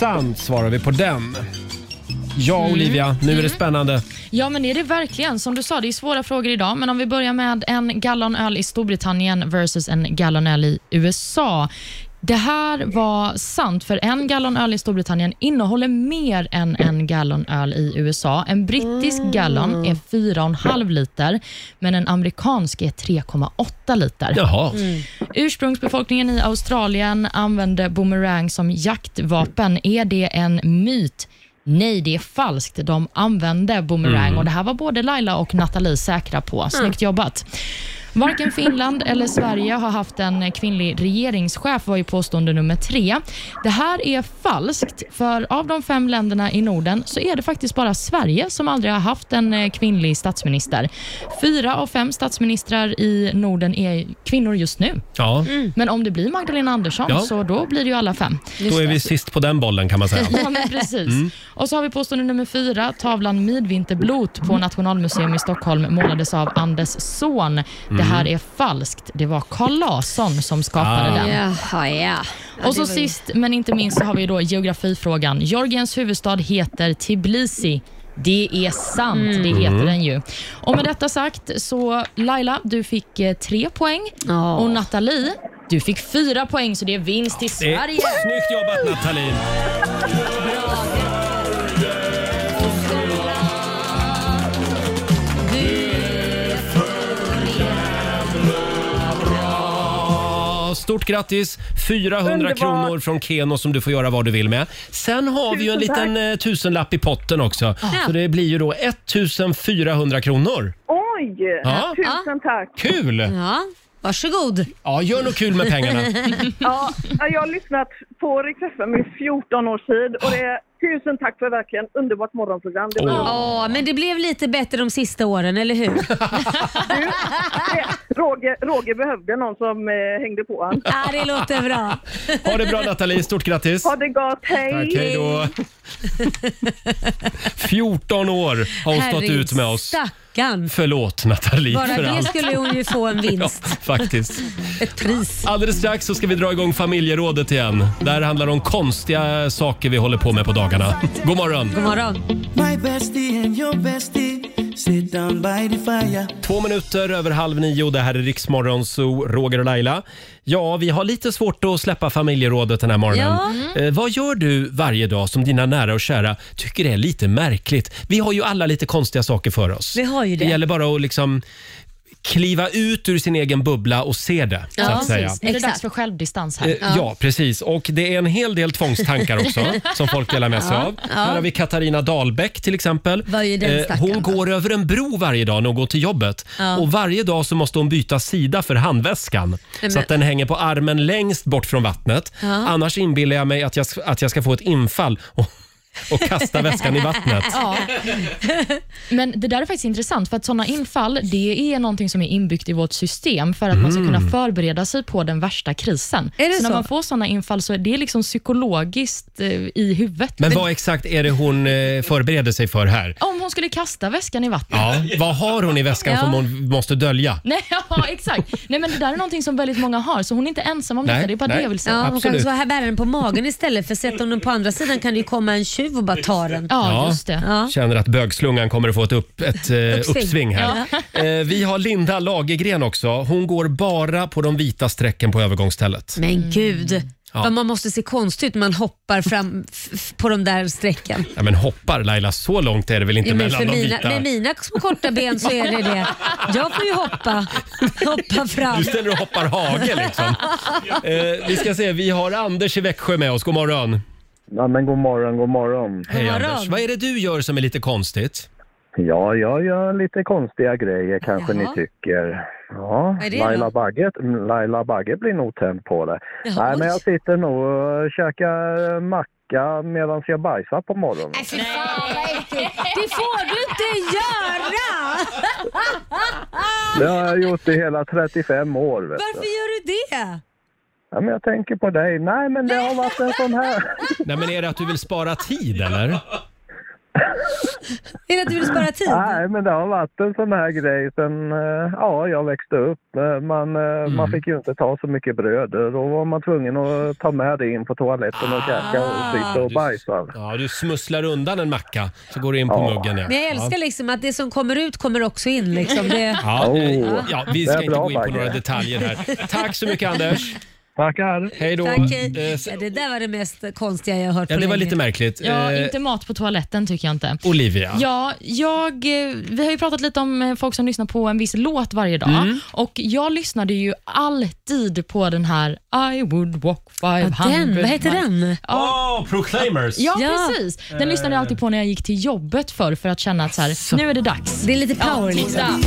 Speaker 1: Sant svarar vi på den. Ja, Olivia. Nu är det spännande.
Speaker 3: Ja, men är det verkligen? Som du sa, det är svåra frågor idag, men om vi börjar med en gallon öl i Storbritannien versus en gallon öl i USA. Det här var sant, för en gallon öl i Storbritannien innehåller mer än en gallon öl i USA. En brittisk gallon är 4,5 liter, men en amerikansk är 3,8 liter.
Speaker 1: Jaha.
Speaker 3: Ursprungsbefolkningen i Australien använde boomerang som jaktvapen. Är det en myt? Nej, det är falskt. De använde boomerang
Speaker 14: Mm.
Speaker 3: och det här var både Laila och Nathalie säkra på. Snyggt jobbat. Varken Finland eller Sverige har haft en kvinnlig regeringschef, var ju påstående nummer tre. Det här är falskt, för av de fem länderna i Norden så är det faktiskt bara Sverige som aldrig har haft en eh, kvinnlig statsminister. Fyra av fem statsministrar i Norden är kvinnor just nu.
Speaker 1: Ja.
Speaker 3: Men om det blir Magdalena Andersson,
Speaker 1: Ja.
Speaker 3: så då blir det ju alla fem.
Speaker 1: Då är vi sist på den bollen kan man säga.
Speaker 3: Ja, men precis. Och så har vi påstående nummer fyra. Tavlan Midvinterblot på Nationalmuseum i Stockholm målades av Anders Zorn. Det här är falskt. Det var Carl Larsson som skapade
Speaker 2: Ah.
Speaker 3: den.
Speaker 2: Jaha, ja. Ja, det
Speaker 3: Och så
Speaker 2: var ju-
Speaker 3: sist men inte minst så har vi då geografifrågan. Georgiens huvudstad heter Tbilisi. Det är sant, det
Speaker 14: Mm.
Speaker 3: heter
Speaker 14: Mm.
Speaker 3: den ju. Och med detta sagt så Laila, du fick eh, tre poäng och Nathalie, du fick fyra poäng så det är vinst till
Speaker 1: Det är
Speaker 3: Sverige.
Speaker 1: Snyggt jobbat Nathalie! Ja, Stort grattis! 400
Speaker 14: Underbart.
Speaker 1: kronor från Keno som du får göra vad du vill med. Sen har vi ju en
Speaker 14: Tusen tack.
Speaker 1: liten eh, tusenlapp i potten också. Så det blir ju då 1400 kronor.
Speaker 15: Oj!
Speaker 1: Ja.
Speaker 15: Tusen tack.
Speaker 14: Mm.
Speaker 1: Kul!
Speaker 2: Ja. Varsågod.
Speaker 1: Ja, gör något kul med pengarna.
Speaker 15: ja, jag har lyssnat på Rix FM i 14 års tid och det är tusen tack för verkligen underbart morgonprogram. Det
Speaker 2: Ja,
Speaker 15: var-
Speaker 2: men det blev lite bättre de sista åren, eller hur?
Speaker 15: Roger, Roger behövde någon som eh, hängde på honom.
Speaker 2: Ja, det låter bra.
Speaker 1: Ha det bra Nathalie, stort grattis.
Speaker 15: Ha det gott, hej!
Speaker 1: Tack, hej då. 14 år har hon stått
Speaker 2: Herregud,
Speaker 1: ut med oss.
Speaker 2: Stackarn.
Speaker 1: Förlåt Nathalie
Speaker 2: Bara
Speaker 1: för
Speaker 2: det
Speaker 1: allt.
Speaker 2: skulle hon ju få en vinst.
Speaker 1: Ja, faktiskt.
Speaker 2: Ett pris.
Speaker 1: Alldeles strax så ska vi dra igång familjerådet igen. Där handlar det om konstiga saker vi håller på med på dagarna. God morgon!
Speaker 2: God morgon.
Speaker 14: My bestie and your bestie sit down by the fire.
Speaker 1: Två minuter över halv nio, det här är Riksmorgon Zoo, Roger och Laila. Ja, vi har lite svårt att släppa familjerådet den här morgonen. Eh, vad gör du varje dag som dina nära och kära tycker är lite märkligt? Vi har ju alla lite konstiga saker för oss.
Speaker 2: Vi har ju det.
Speaker 1: Det gäller bara att liksom kliva ut ur sin egen bubbla och se det, så att säga.
Speaker 3: precis. Nu är det dags för självdistans här.
Speaker 1: Eh, Ja, precis. Och det är en hel del tvångstankar också som folk delar med sig
Speaker 3: Ja,
Speaker 1: av.
Speaker 3: ja.
Speaker 1: Här har vi Katarina Dahlbäck till exempel. Eh,
Speaker 2: ju den stackaren
Speaker 1: hon går över en bro varje dag när hon går till jobbet.
Speaker 2: Ja.
Speaker 1: Och varje dag så måste hon byta sida för handväskan.
Speaker 2: men-
Speaker 1: Så att den hänger på armen längst bort från vattnet.
Speaker 2: Ja.
Speaker 1: Annars inbillar jag mig att jag, att jag ska få ett infall. Och och kasta väskan i vattnet.
Speaker 3: Ja. Men det där är faktiskt intressant, för att sådana infall det är någonting som är inbyggt i vårt system för att man ska
Speaker 1: Mm.
Speaker 3: kunna förbereda sig på den värsta krisen.
Speaker 2: Är det
Speaker 3: så, när
Speaker 2: så?
Speaker 3: man får sådana infall så är det liksom psykologiskt eh, i huvudet.
Speaker 1: Men vad exakt är det hon eh, förbereder sig för här?
Speaker 3: Om hon skulle kasta väskan i vattnet.
Speaker 1: Ja, vad har hon i väskan
Speaker 3: Ja.
Speaker 1: som hon måste dölja?
Speaker 3: Nej, ja, exakt. Nej, men det där är någonting som väldigt många har, så hon är inte ensam om
Speaker 1: Nej,
Speaker 3: detta. Det är bara
Speaker 1: nej.
Speaker 3: det jag vill säga.
Speaker 2: Ja, hon kan
Speaker 1: Absolut.
Speaker 2: så här bära den på magen istället för sätter hon den på andra sidan kan det ju komma en tjuv och bara ta den. Ja.
Speaker 1: Känner att bögslungan kommer att få ett, upp, ett eh, uppsving.
Speaker 2: Uppsving.
Speaker 1: här. Eh, vi har Linda Lagergren också. Hon går bara på de vita strecken på övergångsstället.
Speaker 2: Men gud,
Speaker 1: Mm. Ja.
Speaker 2: vad man måste se konstigt ut när man hoppar fram f- f- på de där strecken.
Speaker 1: Ja, men hoppar Laila, så långt är det väl inte
Speaker 2: Ja, men
Speaker 1: mellan
Speaker 2: för
Speaker 1: de
Speaker 2: mina,
Speaker 1: vita?
Speaker 2: med mina små korta ben så är det det. Jag får ju hoppa, hoppa fram.
Speaker 1: Du ställer och hoppar hage liksom. Eh, vi ska se, vi har Anders i Växjö med oss. God morgon.
Speaker 16: Ja, men god morgon, god morgon.
Speaker 1: Hej Anders. Vad är det du gör som är lite konstigt?
Speaker 16: Ja, jag gör lite konstiga grejer kanske
Speaker 1: Jaha.
Speaker 16: ni tycker. Ja,
Speaker 1: Vad är det då?
Speaker 16: Laila Bagge, Laila Bagge blir nog tänd på det.
Speaker 2: Jaha,
Speaker 16: Nej, men
Speaker 2: oj.
Speaker 16: jag sitter nog och käkar macka medan jag bajsar på morgonen.
Speaker 2: Det får du inte göra!
Speaker 16: Det har jag gjort i hela 35 år. Vet du.
Speaker 2: Varför gör du det?
Speaker 16: Ja, men jag tänker på dig. Nej, men det har varit en sån här...
Speaker 1: Nej, men är det att du vill spara tid eller?
Speaker 2: Är det att du vill spara tid?
Speaker 16: Nej, men det har varit en sån här grej sen eh, ja, jag växte upp. Eh, Man, eh, man fick ju inte ta så mycket bröd. Eh, Då var man tvungen att ta med det in på toaletten och käka och sitta och
Speaker 1: Ah,
Speaker 16: bajsa.
Speaker 1: Ja, du smusslar undan en macka så går du in på muggen. Ja.
Speaker 2: Men jag älskar liksom att det som kommer ut kommer också in. Liksom. Det,
Speaker 1: Ja,
Speaker 16: Oh.
Speaker 1: ja, vi
Speaker 16: Det är
Speaker 1: ska inte
Speaker 16: bra,
Speaker 1: gå in på
Speaker 16: Bagge.
Speaker 1: några detaljer här. Tack så mycket Anders.
Speaker 16: Tackar.
Speaker 1: Hej då.
Speaker 2: Tack,
Speaker 1: Eh,
Speaker 2: hej.
Speaker 1: s-
Speaker 2: ja, det där var det mest konstiga jag har hört
Speaker 1: Ja,
Speaker 2: på
Speaker 1: det var
Speaker 2: länge.
Speaker 1: lite märkligt.
Speaker 3: Ja,
Speaker 1: Eh,
Speaker 3: inte mat på toaletten tycker jag inte.
Speaker 1: Olivia.
Speaker 3: Ja, jag, eh, vi har ju pratat lite om eh, folk som lyssnar på en viss låt varje dag.
Speaker 1: Mm.
Speaker 3: Och Jag lyssnade ju alltid på den här I would walk 500
Speaker 2: den, vad heter den?
Speaker 1: Åh, Proclaimers!
Speaker 3: Ja,
Speaker 2: Ja.
Speaker 3: precis. Den lyssnade jag alltid på när jag gick till jobbet förr för att känna att så här, nu är det dags.
Speaker 2: Det är lite power liksom.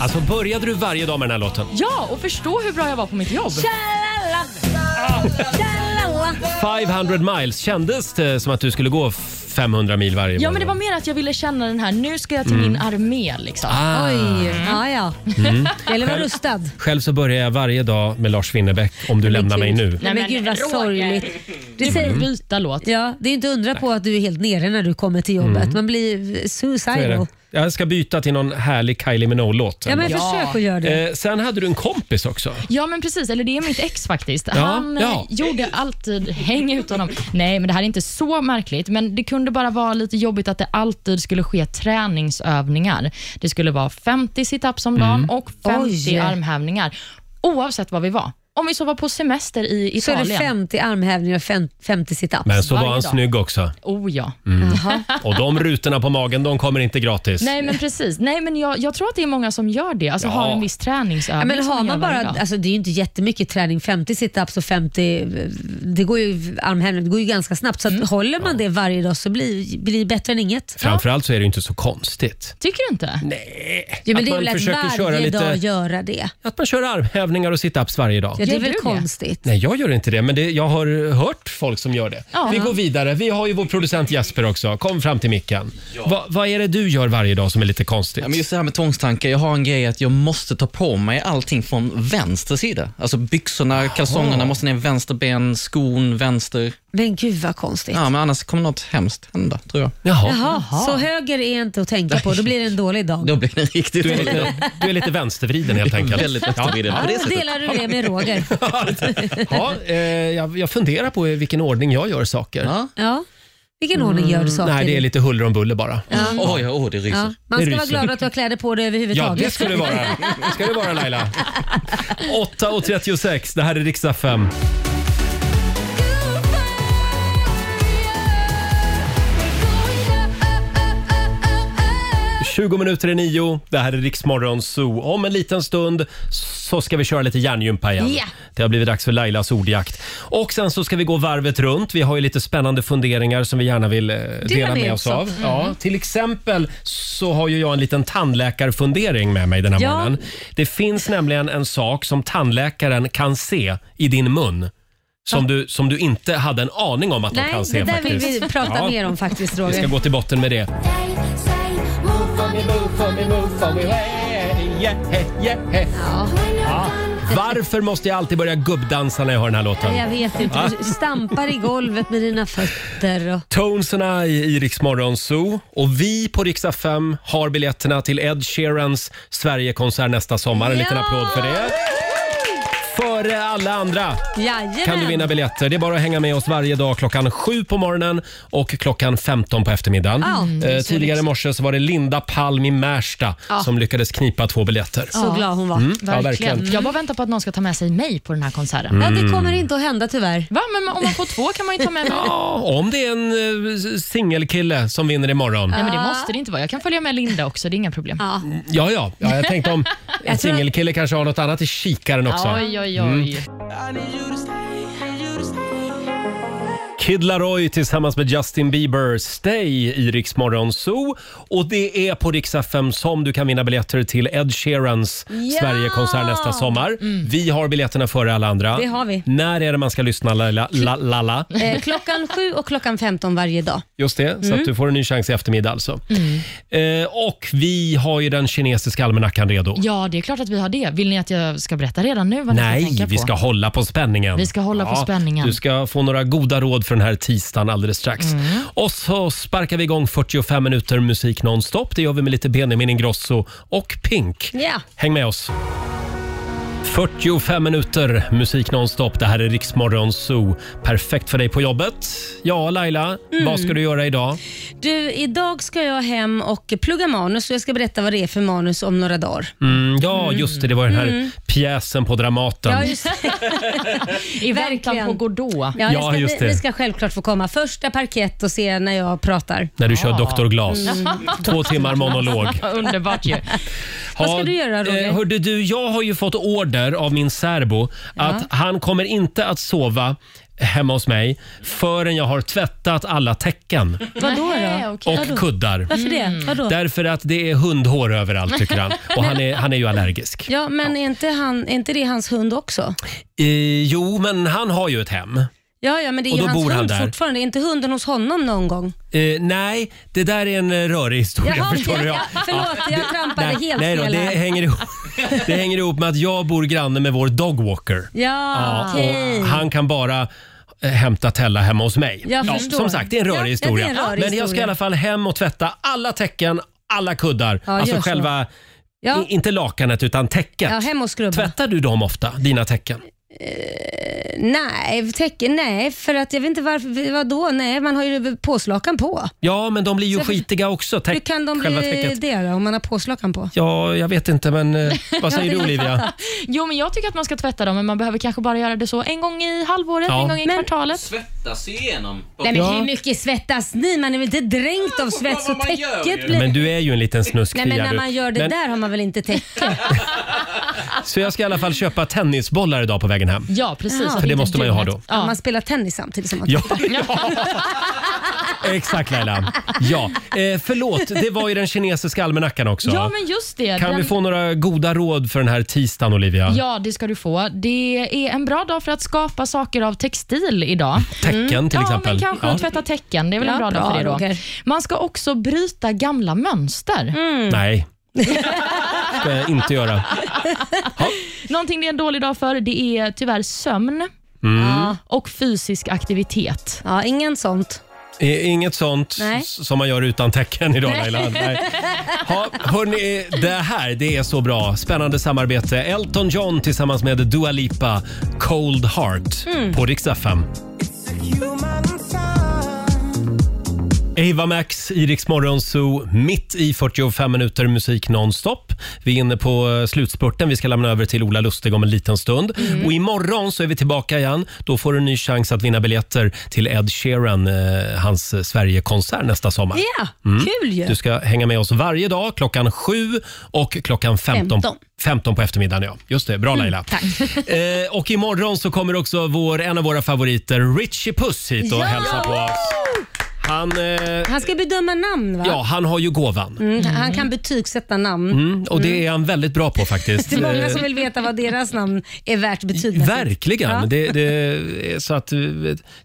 Speaker 1: Alltså började du varje dag med den här låten?
Speaker 3: Ja, och förstå hur bra jag var på mitt jobb.
Speaker 2: Tjalala.
Speaker 1: 500 miles, kändes det som att du skulle gå 500 mil varje
Speaker 3: Ja,
Speaker 1: morgon?
Speaker 3: men det var mer att jag ville känna den här, nu ska jag till
Speaker 1: Mm.
Speaker 3: min armé liksom.
Speaker 1: Ah. Oj.
Speaker 2: Ja, ja.
Speaker 1: Mm.
Speaker 2: Eller var rustad.
Speaker 1: Själv så börjar jag varje dag med Lars Winnerbäck, om du lämnar mig nu.
Speaker 2: Nej, men gud vad sorgligt. Det säger,
Speaker 3: byta låt.
Speaker 2: Ja, det är inte undra på att du är helt nere när du kommer till jobbet. Man blir
Speaker 1: Mm. Så är det.
Speaker 2: suicidal.
Speaker 1: Jag ska byta till någon härlig Kylie Minogue-låt. sen.
Speaker 3: Ja, men Ja. försök att göra det.
Speaker 1: Eh, sen hade du en kompis också.
Speaker 3: Ja, men precis. Eller det är mitt ex faktiskt.
Speaker 1: Ja,
Speaker 3: Han eh,
Speaker 1: ja.
Speaker 3: gjorde alltid häng ut honom. Nej, men det här är inte så märkligt. Men det kunde bara vara lite jobbigt att det alltid skulle ske träningsövningar. Det skulle vara 50 situps om dagen
Speaker 2: Mm.
Speaker 3: och 50
Speaker 2: Oj.
Speaker 3: armhävningar. Oavsett vad vi var. om vi så var på semester i
Speaker 2: Så är
Speaker 3: Italien.
Speaker 2: det 50 armhävningar och fem- 50 situps.
Speaker 1: Men så var
Speaker 2: Varje
Speaker 1: han
Speaker 2: dag.
Speaker 1: snygg också.
Speaker 3: Oh ja.
Speaker 1: Mm.
Speaker 3: Jaha.
Speaker 1: Och de rutorna på magen, de kommer inte gratis.
Speaker 3: Nej men precis. Nej men jag, jag tror att det är många som gör det, alltså har en viss
Speaker 2: Ja,
Speaker 3: träningsövning
Speaker 2: men
Speaker 3: som
Speaker 2: har
Speaker 3: gör
Speaker 2: man bara,
Speaker 3: varje dag.
Speaker 2: alltså det är ju inte jättemycket träning, 50 situps och 50, det går ju, armhävningar, det går ju ganska snabbt. Så att, håller man det varje dag så blir blir det bättre än inget.
Speaker 1: Framförallt så är det ju inte så konstigt.
Speaker 3: Tycker du inte?
Speaker 1: Nej.
Speaker 2: Jo, men
Speaker 1: Att
Speaker 2: det är
Speaker 1: man
Speaker 2: väl
Speaker 1: försöker
Speaker 2: att
Speaker 1: köra
Speaker 2: varje
Speaker 1: lite-
Speaker 2: dag göra det.
Speaker 1: Att man kör armhävningar och situps varje dag.
Speaker 2: Ja, det är väl konstigt.
Speaker 1: Nej, jag gör inte det, men det, jag har hört folk som gör det.
Speaker 2: Ja.
Speaker 1: Vi går vidare. Vi har ju vår producent Jasper också. Kom fram till micken. Va, vad är det du gör varje dag som är lite konstigt?
Speaker 9: Ja, men just det här med tvångstankar, jag har en grej att jag måste ta på mig allting från vänster sida. Alltså byxorna, kalsongerna måste ner vänster ben, skon vänster.
Speaker 2: Men gud vad konstigt.
Speaker 9: Ja, men annars kommer något hemskt hända, tror jag.
Speaker 2: Jaha, så höger är inte att tänka på, då blir det en dålig dag.
Speaker 9: Då blir det riktigt...
Speaker 1: Du är lite, du är lite vänstervriden helt enkelt.
Speaker 9: Väldigt vänstervriden
Speaker 2: Ja, då delar du det med Roger.
Speaker 1: Ja, eh, jag, jag funderar på i vilken ordning jag gör saker.
Speaker 2: Ja. Vilken ordning gör du saker
Speaker 1: Mm, Nej, det är
Speaker 2: i?
Speaker 1: lite huller om buller bara.
Speaker 2: Ja.
Speaker 9: Oj, oj, det ryser.
Speaker 2: Ja, man
Speaker 1: Det
Speaker 2: ska vara
Speaker 1: ryser.
Speaker 2: glad att du har kläder på dig
Speaker 1: Ja,
Speaker 2: överhuvudtaget.
Speaker 1: det ska det vara. Det ska det vara Laila. 8.36, det här är riksdag 5. minuter i nio. Det här är Riksmorgon Zoo. Om en liten stund så ska vi köra lite hjärngympa igen.
Speaker 17: Ja.
Speaker 1: Det har blivit dags för Lailas ordjakt. Och sen så ska vi gå varvet runt. Vi har ju lite spännande funderingar som vi gärna vill eh, dela med oss
Speaker 17: också.
Speaker 1: av.
Speaker 17: Mm.
Speaker 1: Ja, till exempel så har ju jag en liten tandläkarfundering med mig den här
Speaker 17: Ja.
Speaker 1: morgonen. Det finns nämligen en sak som tandläkaren kan se i din mun. Som du, som du inte hade en aning om att de
Speaker 2: Nej,
Speaker 1: kan se
Speaker 2: det där
Speaker 1: faktiskt.
Speaker 2: vill vi prata
Speaker 1: Ja,
Speaker 2: mer om faktiskt
Speaker 1: Vi
Speaker 2: Roger.
Speaker 1: ska gå till botten med det. Ja. Varför måste jag alltid börja gubbdansa när jag hör den här låten?
Speaker 2: Jag vet inte,
Speaker 1: Ja.
Speaker 2: du stampar i golvet med dina fötter. Och...
Speaker 1: Tones and I i Rix Morgon Zoo och vi på Rix FM har biljetterna till Ed Sheerans Sverigekonsert nästa sommar. En liten
Speaker 2: Ja!
Speaker 1: applåd för det. Före alla andra
Speaker 2: Jajamän.
Speaker 1: kan du vinna biljetter. Det är bara att hänga med oss varje dag klockan 7 på morgonen och klockan 15 på eftermiddagen.
Speaker 2: Ja, det är
Speaker 1: eh,
Speaker 2: så
Speaker 1: tidigare i
Speaker 2: lyxigt.
Speaker 1: morse så var det Linda Palm i Märsta
Speaker 3: Ja.
Speaker 1: som lyckades knipa två biljetter.
Speaker 3: Ja.
Speaker 1: Mm,
Speaker 3: Verkligen.
Speaker 1: Ja, verkligen.
Speaker 3: Jag bara väntar på att någon ska ta med sig mig på den här konserten.
Speaker 1: Mm. Ja, det kommer
Speaker 2: inte att hända tyvärr.
Speaker 3: Va? Men om man får två kan man ju ta med mig.
Speaker 1: Ja, Om det är en eh, singelkille som vinner imorgon.
Speaker 3: Nej, men
Speaker 2: Ah.
Speaker 3: det måste det inte vara. Jag kan följa med Linda också, det är inga problem.
Speaker 2: Ja.
Speaker 1: Ja, ja. ja jag tänkte om en
Speaker 3: Jag tror-
Speaker 1: singelkille kanske har något annat i kikaren också.
Speaker 3: Oj, oj, oj.
Speaker 1: Mm. Kid Laroi tillsammans med Justin Bieber, Stay i Rix Morgon Zoo. Och det är på Rix FM som du kan vinna biljetter till Ed Sheerans
Speaker 2: Ja! Mm.
Speaker 1: Sverigekonsert nästa sommar. Vi har biljetterna före alla andra.
Speaker 2: Det har vi.
Speaker 1: När är det man ska lyssna, Laila? La, la, la.
Speaker 2: Eh, klockan 7 och klockan 15 varje dag.
Speaker 1: Just det, så
Speaker 2: Mm.
Speaker 1: att du får en ny chans i eftermiddag alltså. Eh, och vi har ju den kinesiska almanackan redo.
Speaker 3: Ja, det är klart att vi har det. Vill ni att jag ska berätta redan nu vad ni ska
Speaker 1: Nej,
Speaker 3: tänka
Speaker 1: vi
Speaker 3: på?
Speaker 1: ska hålla på spänningen.
Speaker 3: Vi ska hålla på spänningen.
Speaker 1: Du ska få några goda råd för den här tisdagen alldeles strax.
Speaker 3: Mm.
Speaker 1: Och så sparkar vi igång 45 minuter musik nonstop. Det gör vi med lite Benjamin Ingrosso och Pink.
Speaker 2: Ja.
Speaker 1: Häng med oss. 45 minuter musik nonstop. Det här är Riksmorgon Zoo. Perfekt för dig på jobbet. Ja, Laila,
Speaker 2: Mm.
Speaker 1: vad ska du göra idag?
Speaker 2: Du, idag ska jag hem och plugga manus och jag ska berätta vad det är för manus om några dagar.
Speaker 1: Mm, ja, just det. Det var den här
Speaker 2: Mm.
Speaker 1: pjäsen på Dramaten.
Speaker 2: Ja, just
Speaker 3: I väntan på Godot. Ja,
Speaker 2: Ja,
Speaker 1: Ja,
Speaker 2: ni, ska,
Speaker 1: just det.
Speaker 2: ni, ni ska självklart få komma första parkett och se när jag pratar.
Speaker 1: När du kör Dr. Glas.
Speaker 3: Mm.
Speaker 1: Två timmar monolog.
Speaker 3: Underbart ju.
Speaker 2: Vad ska du göra, Roger?
Speaker 1: eh, hörde du, jag har ju fått order av min särbo att han kommer inte att sova hemma hos mig förrän jag har tvättat alla täcken.
Speaker 2: Vadå då?
Speaker 1: Och
Speaker 2: Vadå?
Speaker 1: kuddar.
Speaker 2: Varför det?
Speaker 1: Mm.
Speaker 2: Vadå?
Speaker 1: Därför att det är hundhår överallt tycker han. Och han är, han är ju allergisk.
Speaker 2: Ja, men Är, inte han, är inte det hans hund också?
Speaker 1: Eh, jo, men han har ju ett hem.
Speaker 2: Ja, ja men det är
Speaker 1: Och
Speaker 2: ju
Speaker 1: då
Speaker 2: hans
Speaker 1: bor han
Speaker 2: hund
Speaker 1: där.
Speaker 2: fortfarande. Är inte hunden hos honom någon gång?
Speaker 1: Eh, nej, det där är en eh, rörig historia
Speaker 2: Jaha,
Speaker 1: förstår
Speaker 2: det-
Speaker 1: du. Ja.
Speaker 2: ja, förlåt, jag
Speaker 1: det-
Speaker 2: trampade
Speaker 1: nej,
Speaker 2: helt
Speaker 1: nej då,
Speaker 2: fel
Speaker 1: det,
Speaker 2: här.
Speaker 1: hänger ihop, det hänger ihop med att jag bor granne med vår dogwalker.
Speaker 2: Ja, okej.
Speaker 1: och han kan bara eh, hämta Tella hemma hos mig.
Speaker 2: Jag förstår.
Speaker 1: som sagt, det är en
Speaker 2: Ja,
Speaker 1: rörig
Speaker 2: det är
Speaker 1: historia.
Speaker 2: en
Speaker 1: Men
Speaker 2: rörig
Speaker 1: jag ska i
Speaker 2: historia.
Speaker 1: alla fall hem och tvätta alla täcken, alla kuddar.
Speaker 2: Ja,
Speaker 1: alltså
Speaker 2: gör så.
Speaker 1: själva,
Speaker 2: Ja.
Speaker 1: i- inte lakanet utan täcket.
Speaker 2: Ja, hem och skrubba.
Speaker 1: Tvättar du dem ofta, dina täcken?
Speaker 2: Eh, nej, tecken, nej, för att jag vet inte varför, vadå? Nej, man har ju påslakan på.
Speaker 1: Ja, men de blir ju
Speaker 2: Så-
Speaker 1: skitiga också. Teck,
Speaker 2: Hur kan de
Speaker 1: själva
Speaker 2: bli
Speaker 1: täcket.
Speaker 2: det då, om man har påslakan på?
Speaker 1: Ja, jag vet inte, men eh, vad säger du
Speaker 2: Ja, det är
Speaker 1: Olivia?
Speaker 2: fattat.
Speaker 3: Jo, men jag tycker att man ska tvätta dem, men man behöver kanske bara göra det så en gång i halvåret,
Speaker 1: Ja.
Speaker 3: en gång i kvartalet.
Speaker 9: Svettas igenom.
Speaker 2: Nej, men
Speaker 1: Ja.
Speaker 2: hur mycket svettas ni? Man är väl inte dränkt av svett så täcket blir...
Speaker 1: Men du är ju en liten
Speaker 2: Nej,
Speaker 1: snuskfia
Speaker 2: men när
Speaker 1: du.
Speaker 2: man gör det
Speaker 1: Men-
Speaker 2: där har man väl inte täcke?
Speaker 1: Så jag ska i alla fall köpa tennisbollar idag på vägen hem.
Speaker 3: Ja,
Speaker 2: Jaha.
Speaker 1: För det måste man ju ha då.
Speaker 2: Ja. Man spelar tennis samtidigt som man
Speaker 1: Ja.
Speaker 2: tittar.
Speaker 1: Exakt Laila. Ja. Eh, förlåt, det var ju den kinesiska almanackan också.
Speaker 3: Ja, men just det.
Speaker 1: Kan
Speaker 3: Den-
Speaker 1: vi få några goda råd för den här tisdagen Olivia?
Speaker 3: Ja, det ska du få. Det är en bra dag för att skapa saker av textil idag.
Speaker 1: Tecken, till
Speaker 3: Mm. Ja,
Speaker 1: exempel.
Speaker 3: men kanske
Speaker 1: Ja.
Speaker 3: tvätta tecken. Det är väl en
Speaker 2: Ja,
Speaker 3: bra, dag
Speaker 2: bra,
Speaker 3: för det då.
Speaker 2: Roger.
Speaker 3: Man ska också bryta gamla mönster.
Speaker 1: Nej. ska jag inte göra.
Speaker 3: Någonting det är en dålig dag för, det är tyvärr sömn
Speaker 1: Mm.
Speaker 3: och fysisk aktivitet.
Speaker 2: Ja, ingen sånt.
Speaker 1: I- Inget sånt
Speaker 3: Nej.
Speaker 1: s- som man gör utan tecken idag
Speaker 3: Nej.
Speaker 1: Laila. Nej. Ha, hörni, det här det är så bra. Spännande samarbete. Elton John tillsammans med Dua Lipa, Cold Heart
Speaker 12: Mm.
Speaker 1: på Rix FM. Ava Max i Rix Morgon Zoo, mitt i 45 minuter musik nonstop. Vi är inne på eh, slutspurten. Vi ska lämna över till Ola Lustig om en liten stund.
Speaker 2: Mm.
Speaker 1: Och imorgon så är vi tillbaka igen. Då får du en ny chans att vinna biljetter till Ed Sheeran, eh, hans eh, Sverigekonsert nästa sommar.
Speaker 2: Ja,
Speaker 1: Mm.
Speaker 2: kul ju.
Speaker 1: Du ska hänga med oss varje dag klockan 7 och klockan 15.
Speaker 2: 15.
Speaker 1: 15 på eftermiddagen, ja. Just det.
Speaker 2: Mm,
Speaker 1: Bra Laila. eh, och imorgon så kommer också vår, en av våra favoriter, Richie Puss hit och
Speaker 2: Ja!
Speaker 1: hälsa på oss. Han, eh,
Speaker 2: Han ska bedöma namn va?
Speaker 1: ja, han har ju gåvan.
Speaker 2: Mm, Han kan betygsätta namn.
Speaker 1: Mm, och det är han väldigt bra på faktiskt.
Speaker 2: Det är många som
Speaker 1: Eh,
Speaker 2: vill veta vad deras namn är värt betydligt.
Speaker 1: Verkligen.
Speaker 2: Ja.
Speaker 1: Det, det är så att eh,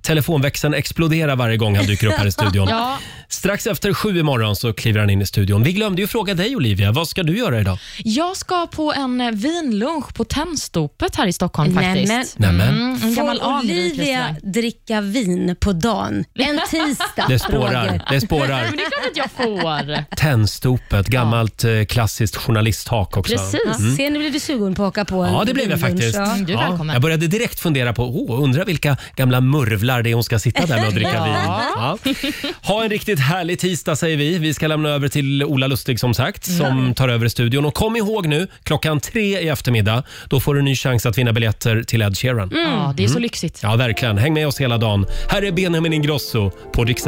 Speaker 1: telefonväxeln exploderar varje gång han dyker upp här i studion.
Speaker 3: Ja.
Speaker 1: Strax efter sju imorgon så kliver han in i studion. Vi glömde ju fråga dig Olivia, vad ska du göra idag?
Speaker 3: Jag ska på en eh, vinlunch på Tennstopet här i Stockholm faktiskt.
Speaker 1: Nämen. Nämen.
Speaker 3: Mm, en gammal
Speaker 2: Får
Speaker 3: anrik
Speaker 2: Olivia
Speaker 3: restaurang.
Speaker 2: dricka vin på dagen en tisdag?
Speaker 1: Det spårar,
Speaker 2: Roger.
Speaker 1: det spårar.
Speaker 3: Men det är klart att jag får.
Speaker 1: Tennstopet, gammalt eh, klassiskt journalisthak också.
Speaker 2: Precis.
Speaker 1: Mm.
Speaker 2: Se, nu blir du sugen på att åka på en
Speaker 1: Ja, det blev jag
Speaker 2: vinlunch,
Speaker 1: faktiskt.
Speaker 2: ja.
Speaker 1: Ja, jag började direkt fundera på, oh, undrar vilka gamla murvlar det är hon ska sitta där med och dricka
Speaker 2: Ja.
Speaker 1: vin. Ja. Ha en riktigt härlig tisdag säger vi. Vi ska lämna över till Ola Lustig som sagt, som
Speaker 7: Mm.
Speaker 1: tar över studion. Och kom ihåg nu, klockan tre i eftermiddag, då får du en ny chans att vinna biljetter till Ed Sheeran.
Speaker 3: Mm. Ja, det är så lyxigt.
Speaker 1: Ja, verkligen. Häng med oss hela dagen. Här är Benjamin Ingrosso på Rix